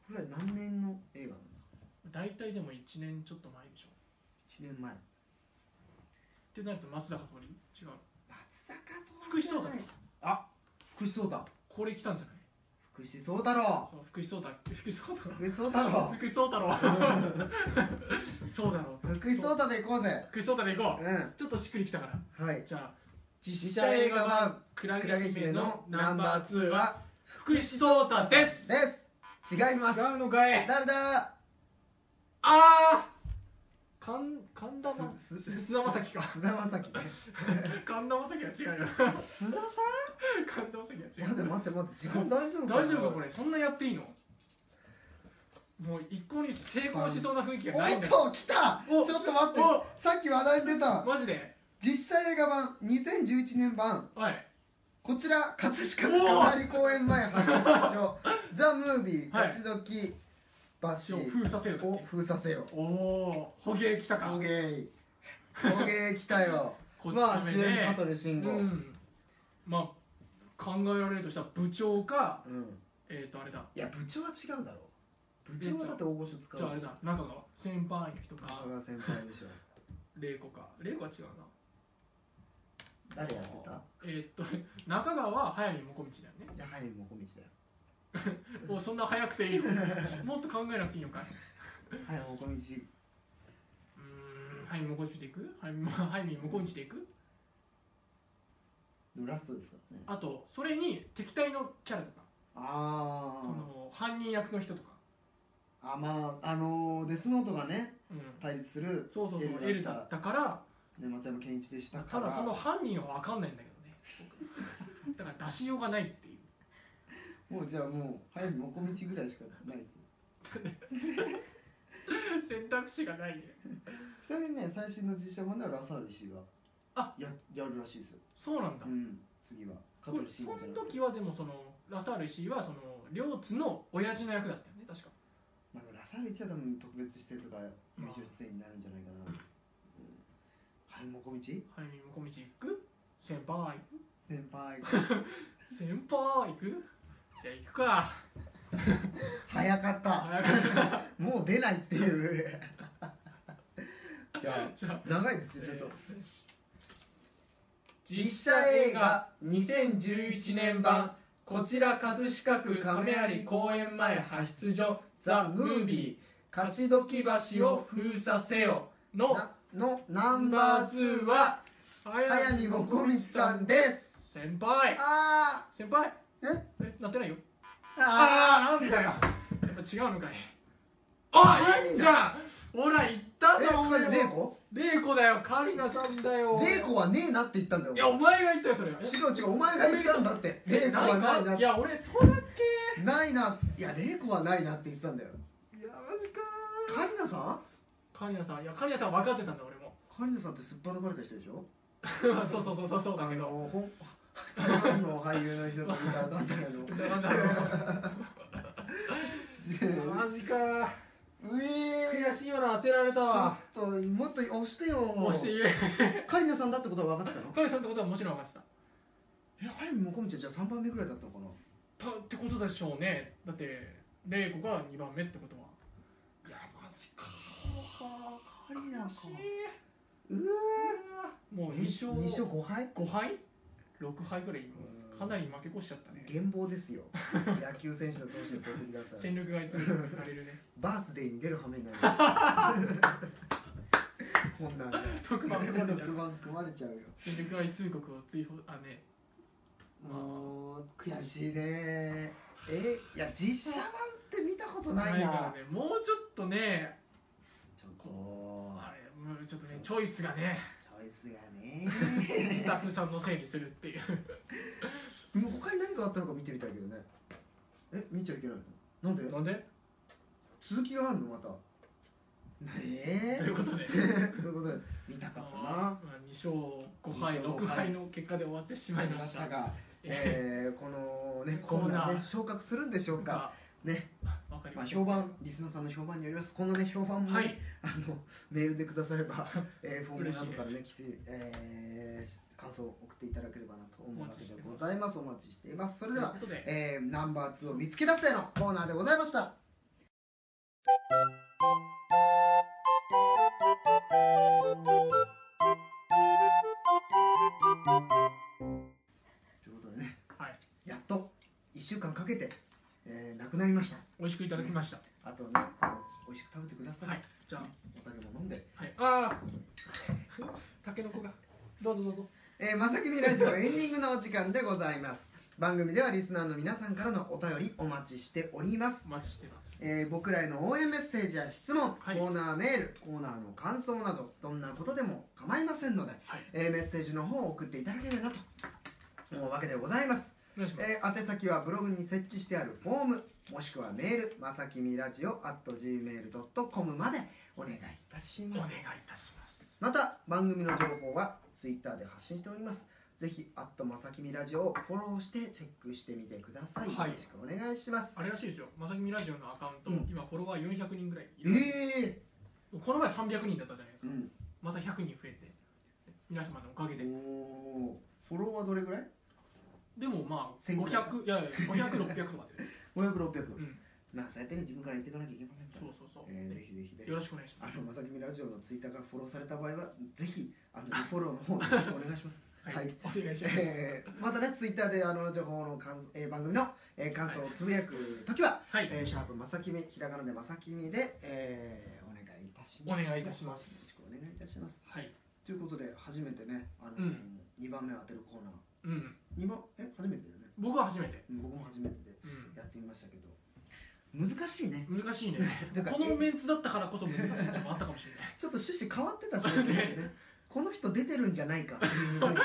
Speaker 1: これは何年の映画なの
Speaker 2: 大体でも1年ちょっと前でし
Speaker 1: ?1
Speaker 2: ょ
Speaker 1: 年前
Speaker 2: ってなると松坂桃李違う
Speaker 1: 松坂
Speaker 2: 福士蒼汰
Speaker 1: あ福士蒼汰
Speaker 2: これ来たんじゃない
Speaker 1: 福士蒼太郎
Speaker 2: そう福士蒼汰福士蒼太
Speaker 1: 福士蒼太郎
Speaker 2: 郎福士蒼太郎そうだろう
Speaker 1: 福士蒼太でいこうぜ
Speaker 2: 福士蒼太でいこう
Speaker 1: う
Speaker 2: ちょっとしっくりきたから
Speaker 1: んはい
Speaker 2: じゃあ
Speaker 1: 実写映画版
Speaker 2: 「クラ
Speaker 1: ク
Speaker 2: ゲ
Speaker 1: ラゲ
Speaker 2: 姫」
Speaker 1: 姫
Speaker 2: の
Speaker 1: の
Speaker 2: ナ
Speaker 1: ナ
Speaker 2: ン
Speaker 1: ン
Speaker 2: バ
Speaker 1: バー
Speaker 2: ー2
Speaker 1: 2
Speaker 2: は
Speaker 1: は
Speaker 2: 福士蒼汰です
Speaker 1: です違います
Speaker 2: 違うのかい
Speaker 1: 誰だ
Speaker 2: あーかん神田さん
Speaker 1: すす
Speaker 2: 菅田将暉か
Speaker 1: 菅田将暉ね
Speaker 2: 神田将暉は違うよ
Speaker 1: 須田
Speaker 2: 神田将暉
Speaker 1: さ
Speaker 2: は
Speaker 1: ん待っ
Speaker 2: 違
Speaker 1: て
Speaker 2: う
Speaker 1: 待って待って時間大丈夫かな
Speaker 2: 大丈夫かこれそんなやっていいのもう一向に成功しそうな雰囲気がない
Speaker 1: お
Speaker 2: ん
Speaker 1: っ
Speaker 2: だよ
Speaker 1: と来た
Speaker 2: お
Speaker 1: ちょっと待って
Speaker 2: お
Speaker 1: さっき話題に出た
Speaker 2: マジで
Speaker 1: 実写映画版2011年版
Speaker 2: はい
Speaker 1: こちら葛飾の飾り公演前発売スタジ オ「ザ・ムービー
Speaker 2: はい
Speaker 1: 勝ち時バシ
Speaker 2: 一応封鎖せよだ
Speaker 1: を
Speaker 2: っけ
Speaker 1: 封鎖せよ
Speaker 2: おお捕鯨来たか
Speaker 1: おげいおげい来たよ
Speaker 2: こっち
Speaker 1: まあ
Speaker 2: 亀
Speaker 1: 主演香
Speaker 2: で
Speaker 1: 取慎
Speaker 2: う
Speaker 1: 吾うん
Speaker 2: んまあ考えられるとしたら部長かえっとあれだ
Speaker 1: いや部長は違うだろ部長はだって大御所使う
Speaker 2: じゃああれだ中川先輩の人か
Speaker 1: 中川先輩でしょ
Speaker 2: 玲子か玲子は違うな
Speaker 1: 誰やってた
Speaker 2: えっと 中川は速水もこみちだよね
Speaker 1: じゃあ早いもこみちだよ
Speaker 2: おそんな早くていいの もっと考えなくていいのかいう
Speaker 1: 早いもこみち
Speaker 2: ーん速水もこみちでいく速水速水もこみちでいく
Speaker 1: のラストですからね
Speaker 2: あとそれに敵対のキャラとか
Speaker 1: あ
Speaker 2: その犯人役の人とか
Speaker 1: ああまああのーデスノートがね
Speaker 2: うん
Speaker 1: 対立する
Speaker 2: そうそうそうエ
Speaker 1: エ
Speaker 2: ル
Speaker 1: ル
Speaker 2: ダ
Speaker 1: ダ
Speaker 2: だから
Speaker 1: ね松山ケンイチでしたか
Speaker 2: た
Speaker 1: ら
Speaker 2: だその犯人は分かんないんだけどね 僕だから出しようがないっていう
Speaker 1: もうじゃあもう早いもこみちぐらいしかない
Speaker 2: 選択肢がないね
Speaker 1: ちなみにね最新の実写版ではラサール氏が
Speaker 2: あ
Speaker 1: ややるらしいですよ
Speaker 2: そうなんだ、
Speaker 1: うん次は香
Speaker 2: これ
Speaker 1: 取
Speaker 2: そ
Speaker 1: 慎
Speaker 2: の
Speaker 1: 吾じゃなくて
Speaker 2: 時はでもそのラサール氏はその両津の親父の役だったよね確か
Speaker 1: まあでもラサール1は多分特別出演とか優勝出演になるんじゃないかな、うん、はいもこみち
Speaker 2: 早見もこみち行く先輩
Speaker 1: 先輩
Speaker 2: 先輩行くじゃあ行くか
Speaker 1: 早かった
Speaker 2: 早かった
Speaker 1: もう出ないっていう じゃ
Speaker 2: じゃあ
Speaker 1: あ長いですよちょっと
Speaker 2: 実写映画2011年版こちら葛飾区亀有公園前派出所ザ・ムービー勝ちどき橋を封鎖せよの
Speaker 1: なのナンバー2は早見もこみちさんです
Speaker 2: 先輩
Speaker 1: あ
Speaker 2: 先輩
Speaker 1: え
Speaker 2: えなってないよ
Speaker 1: ーあーなんだよ
Speaker 2: やっぱ違うのかいあ
Speaker 1: 何
Speaker 2: い
Speaker 1: だ
Speaker 2: いじゃんほら言った
Speaker 1: え
Speaker 2: ぞ
Speaker 1: これレイ
Speaker 2: 子
Speaker 1: コ
Speaker 2: レイコだよカリナさんだよ
Speaker 1: レイコはねえなって言ったんだよ
Speaker 2: いやお前が言ったよそれえ
Speaker 1: 違う違うお前が言ったんだってレイコはない
Speaker 2: な
Speaker 1: ない
Speaker 2: や俺そうだっけ
Speaker 1: ないないやレイコはないなって言ってたんだよ
Speaker 2: いやマジか
Speaker 1: カリナさん
Speaker 2: カリナさんいやカリナさん分かってたんだ俺も
Speaker 1: カリナさんってすっぱ抜かれた人でしょ
Speaker 2: そうそうそうそうそうだけ
Speaker 1: あ
Speaker 2: ど
Speaker 1: のほん台湾の俳優の人と見たら分かんない の
Speaker 2: だからだろうマジか
Speaker 1: うえ
Speaker 2: 悔しいよな当てられたわ
Speaker 1: ちょっともっと押してよ
Speaker 2: 押して言え
Speaker 1: カリナさんだってことは分かってたの
Speaker 2: カリナさんってことはもちろん分かって
Speaker 1: え早見もこみちはじゃあ3番目ぐらいだったのかな
Speaker 2: たたってことでしょうねだってレイコが2番目ってことはい
Speaker 1: やマジかぱりなんか
Speaker 2: 惜しいう
Speaker 1: ー
Speaker 2: もう
Speaker 1: え
Speaker 2: 2勝
Speaker 1: 二勝5敗
Speaker 2: 5敗6敗ぐらいも
Speaker 1: う
Speaker 2: うんかなり負け越しちゃったね
Speaker 1: 減俸です よ野球選手と投手の成績だったら
Speaker 2: 戦力外通告されるね
Speaker 1: バースデーに出る羽目になる こんなん で
Speaker 2: 特番組まれちゃ
Speaker 1: 特
Speaker 2: う
Speaker 1: 番 組まれちゃうよ
Speaker 2: 戦力外通告を追放あね
Speaker 1: もう悔しいねえい や実写版って見たことないな
Speaker 2: からねもうちょっとね
Speaker 1: ちょっと
Speaker 2: あれもうちょっとねチョイスがね
Speaker 1: チョイスがね
Speaker 2: スタッフさんのせいにするっていう
Speaker 1: でも他に何かあったのか見てみたいけどねえ見ちゃいけないのなんで
Speaker 2: なんで
Speaker 1: 続きがあるのまた ね
Speaker 2: ということで
Speaker 1: えということで見たかったな
Speaker 2: 2勝5敗
Speaker 1: 二勝五
Speaker 2: 6
Speaker 1: 敗
Speaker 2: 敗の結果で終わってしまいました
Speaker 1: が、
Speaker 2: え
Speaker 1: えー、このね
Speaker 2: コ
Speaker 1: コ
Speaker 2: ー
Speaker 1: ー
Speaker 2: ナー
Speaker 1: ナーね昇格するんでしょう
Speaker 2: ー
Speaker 1: か
Speaker 2: が
Speaker 1: ね、
Speaker 2: わかり
Speaker 1: まあ、
Speaker 2: ました
Speaker 1: 評判リスナーさんの評判によりますこのね評判もね、
Speaker 2: はい
Speaker 1: あのメールでくだされば、えー、フォーム
Speaker 2: 嬉
Speaker 1: な
Speaker 2: しい
Speaker 1: ど
Speaker 2: で
Speaker 1: から
Speaker 2: す
Speaker 1: ね来て、えー、感想を送っていただければなと思うわけで
Speaker 2: お待ちしてま
Speaker 1: ご
Speaker 2: す
Speaker 1: ざいますお待ちしていますそ
Speaker 2: と
Speaker 1: れでは
Speaker 2: いうことで
Speaker 1: えー、ナンバー2を見つけ出せのコーナーでございましたということでね
Speaker 2: はい
Speaker 1: やっと1週間かけて、えー、なくなりました
Speaker 2: 美味しくいただきました
Speaker 1: あとはねあの美味しく食べてください、
Speaker 2: はいじゃあ
Speaker 1: お酒も飲んで、
Speaker 2: はいああタケノコがどうぞどうぞ
Speaker 1: えー、まさきみラジオエンディングのお時間でございます番組ではリスナーの皆さんからのお便りお待ちしております
Speaker 2: お待ちしています
Speaker 1: えー僕らへの応援メッセージや質問、
Speaker 2: はい
Speaker 1: コーナーメールコーナーの感想などどんなことでも構いませんので、
Speaker 2: はい
Speaker 1: えーメッセージの方を送っていただければなと思うわけでございます、
Speaker 2: お願いします
Speaker 1: えー宛先はブログに設置してあるフォームもしくはメールまさきみラジオ at gmail.com までお願いいたし
Speaker 2: お
Speaker 1: ま
Speaker 2: 願い
Speaker 1: す
Speaker 2: いたします
Speaker 1: また番組の情報は Twitter で発信しておりますぜひ「アットまさきみラジオ」をフォローしてチェックしてみてください、
Speaker 2: はい
Speaker 1: よろしくお願いします
Speaker 2: あれらしいですよまさきみラジオのアカウント、
Speaker 1: うん
Speaker 2: 今フォロワー400人ぐらいいる
Speaker 1: え
Speaker 2: この前300人だったじゃないです
Speaker 1: ー、う
Speaker 2: か、
Speaker 1: ん
Speaker 2: また100人増えて皆様のおかげで
Speaker 1: おーフォロワーはどれぐらい
Speaker 2: でもまあ
Speaker 1: 1000ぐらい
Speaker 2: 500いやいや500600とか で、
Speaker 1: ?500600、
Speaker 2: うん、
Speaker 1: まあそうやってね自分から言っていかなきゃいけませんか
Speaker 2: そ
Speaker 1: ら
Speaker 2: うそうそう、
Speaker 1: えーぜひぜひね
Speaker 2: よろしくお願いしま
Speaker 1: あ
Speaker 2: す
Speaker 1: のまさきみラジオのツイッターからフォローされた場合はぜひあのフォローの方よろしくお願いします
Speaker 2: はい、
Speaker 1: はい
Speaker 2: お願いします、
Speaker 1: えーまたねツイッターであの情報の感想、えー番組の、えー感想をつぶやくときは、
Speaker 2: はい、
Speaker 1: えーシャープまさきみひらがなでまさきみで、えーお願いいたします
Speaker 2: お願いいたします
Speaker 1: よろしくお願いいたします
Speaker 2: はい
Speaker 1: ということで初めてねあの、
Speaker 2: うん
Speaker 1: 2番目を当てるコーナー
Speaker 2: うん
Speaker 1: 二番え初めてだよね
Speaker 2: 僕は初めて、
Speaker 1: うん僕も初めてで
Speaker 2: う
Speaker 1: やってみましたけど難しいね
Speaker 2: ん、難しいね
Speaker 1: なんか
Speaker 2: このメンツだったからこそ難しいのもあったかもしれない
Speaker 1: ちょっと趣旨変わってたしねねこの人出てるんじゃないかっていうふうに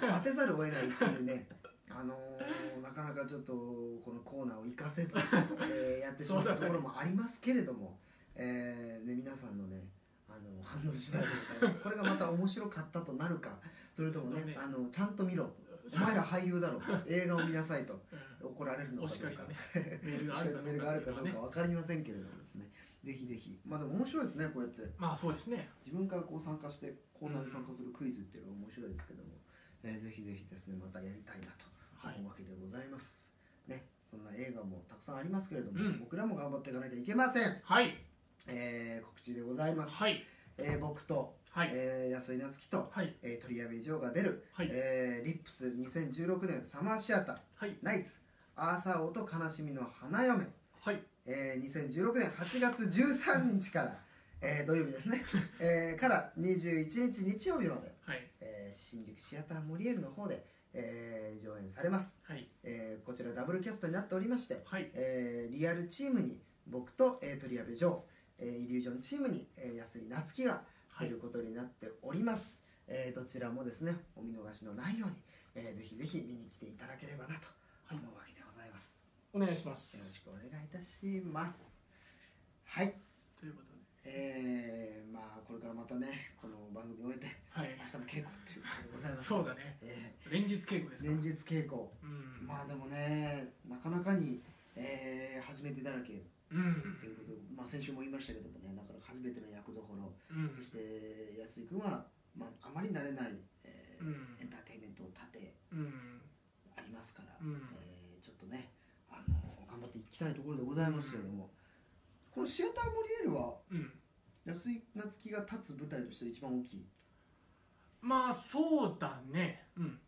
Speaker 1: 当てざるを得ないっていうねあのーなかなかちょっとこのコーナーを生かせず、えーやってしまったところもありますけれども、えーね、皆さんのねあの反応次第でございますこれがまた面白かったとなるかそれともね
Speaker 2: ね
Speaker 1: あのちゃんと見ろお前ら俳優だろ映画を見なさいと怒られる
Speaker 2: うん
Speaker 1: の
Speaker 2: お
Speaker 1: かどう
Speaker 2: 叱り
Speaker 1: か
Speaker 2: のねメールがあるかど
Speaker 1: メー
Speaker 2: う
Speaker 1: ルがあ
Speaker 2: かっ
Speaker 1: るか
Speaker 2: て
Speaker 1: ど
Speaker 2: いうのは
Speaker 1: う
Speaker 2: ね
Speaker 1: か分かりませんけれどもですねぜひぜひまあでも面白いですねこうやって
Speaker 2: まあそうですね
Speaker 1: 自分からこう参加してコーナーに参加するクイズっていうのは面白いですけども、えーぜひぜひですねまたやりたいなと
Speaker 2: はい
Speaker 1: 思うわけでございます、ねそんな映画もたくさんありますけれども、
Speaker 2: うん
Speaker 1: 僕らも頑張っていかなきゃいけません、
Speaker 2: はい
Speaker 1: えー告知でございます、
Speaker 2: はい
Speaker 1: えー僕と、
Speaker 2: はい
Speaker 1: えー安井夏樹と、
Speaker 2: はい
Speaker 1: えー、鳥谷部城が出る、
Speaker 2: はい
Speaker 1: えーリップス2016年サマーシアター
Speaker 2: はい
Speaker 1: ナイツアーサー王と悲しみの花嫁
Speaker 2: はい
Speaker 1: えー、2016年8月13日から、えー土曜日 ですね、えーから21日日曜日まで、
Speaker 2: はい
Speaker 1: えー新宿シアターモリエールの方で、えー上演されます、
Speaker 2: はい
Speaker 1: えーこちらダブルキャストになっておりまして、
Speaker 2: はい
Speaker 1: えーリアルチームに僕と、えー、鳥谷部城、えーイリュージョンチームに、えー安井夏樹が
Speaker 2: は
Speaker 1: 出
Speaker 2: い
Speaker 1: ることになっております、えーどちらもですねお見逃しのないように、えーぜひぜひ見に来ていただければなと思うわけでございます、
Speaker 2: お願いしま
Speaker 1: よろ
Speaker 2: す
Speaker 1: しくお願いいたしますはい
Speaker 2: ということで
Speaker 1: えー、まあこれからまたねこの番組を終えて
Speaker 2: はい
Speaker 1: 明日も稽古っていうことでございます
Speaker 2: そうだね
Speaker 1: え
Speaker 2: 連日稽古で
Speaker 1: ー
Speaker 2: すか
Speaker 1: 連
Speaker 2: ら
Speaker 1: 日稽古
Speaker 2: うん
Speaker 1: まあでもねなかなかに、えー、初めてだらけ
Speaker 2: うん
Speaker 1: ということで、まあ、先週も言いましたけどもねだから初めての役どころ
Speaker 2: うん
Speaker 1: そして安井君は、まあ、あまり慣れない、えー
Speaker 2: うん
Speaker 1: エンターテインメントを立て
Speaker 2: うん
Speaker 1: ありますから、
Speaker 2: うん
Speaker 1: えーちょっとねあの頑張っていきたいところでございますけれども、このシアターモリエールは
Speaker 2: うん
Speaker 1: 安井夏樹が立つ舞台として一番大きい
Speaker 2: まあそうだねうん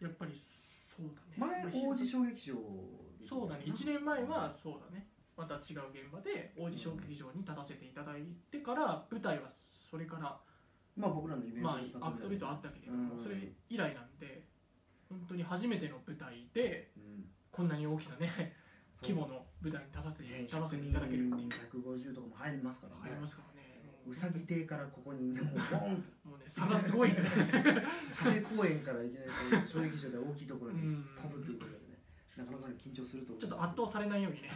Speaker 2: やっぱりそうだね
Speaker 1: 前王子小劇場で
Speaker 2: そうだね1年前はそうだねまた違う現場で王子小劇場に立たせていただいてから舞台はそれから
Speaker 1: まあ僕らのイベント
Speaker 2: ま
Speaker 1: だったん
Speaker 2: あアクトビズはあったけれども
Speaker 1: うん
Speaker 2: それ以来なんで本当に初めての舞台で
Speaker 1: うん
Speaker 2: こんなに大き なね規模の舞台に立たせて立たせていただけるっていう
Speaker 1: 150とかも入りますから
Speaker 2: あり
Speaker 1: ね
Speaker 2: ますからねも
Speaker 1: う
Speaker 2: う
Speaker 1: さぎ亭からここにねもうボーンと
Speaker 2: もうね差がすごいと
Speaker 1: サメ公園からいきなりこう小劇場で大きいところに
Speaker 2: うん
Speaker 1: 飛ぶということでねなかなかね緊張すると思う
Speaker 2: ちょっと圧倒されないようにね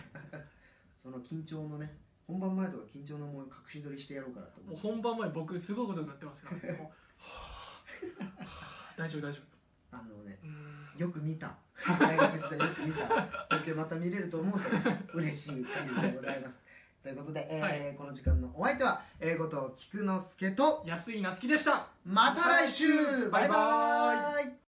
Speaker 1: その緊張のね本番前とか緊張の思いを隠し撮りしてやろうかなと思
Speaker 2: もう
Speaker 1: う
Speaker 2: 本番前僕すごいことになってますからねもうはぁ大丈夫大丈
Speaker 1: あのね
Speaker 2: 夫うーん
Speaker 1: よく見た大学時代よく見た東京また見れると思うと嬉しい限りでございますということで、えー
Speaker 2: はい
Speaker 1: この時間のお相手は英語と菊之助と
Speaker 2: 安井夏樹でした
Speaker 1: また来週
Speaker 2: また来週
Speaker 1: バイバ
Speaker 2: バイ
Speaker 1: ーイ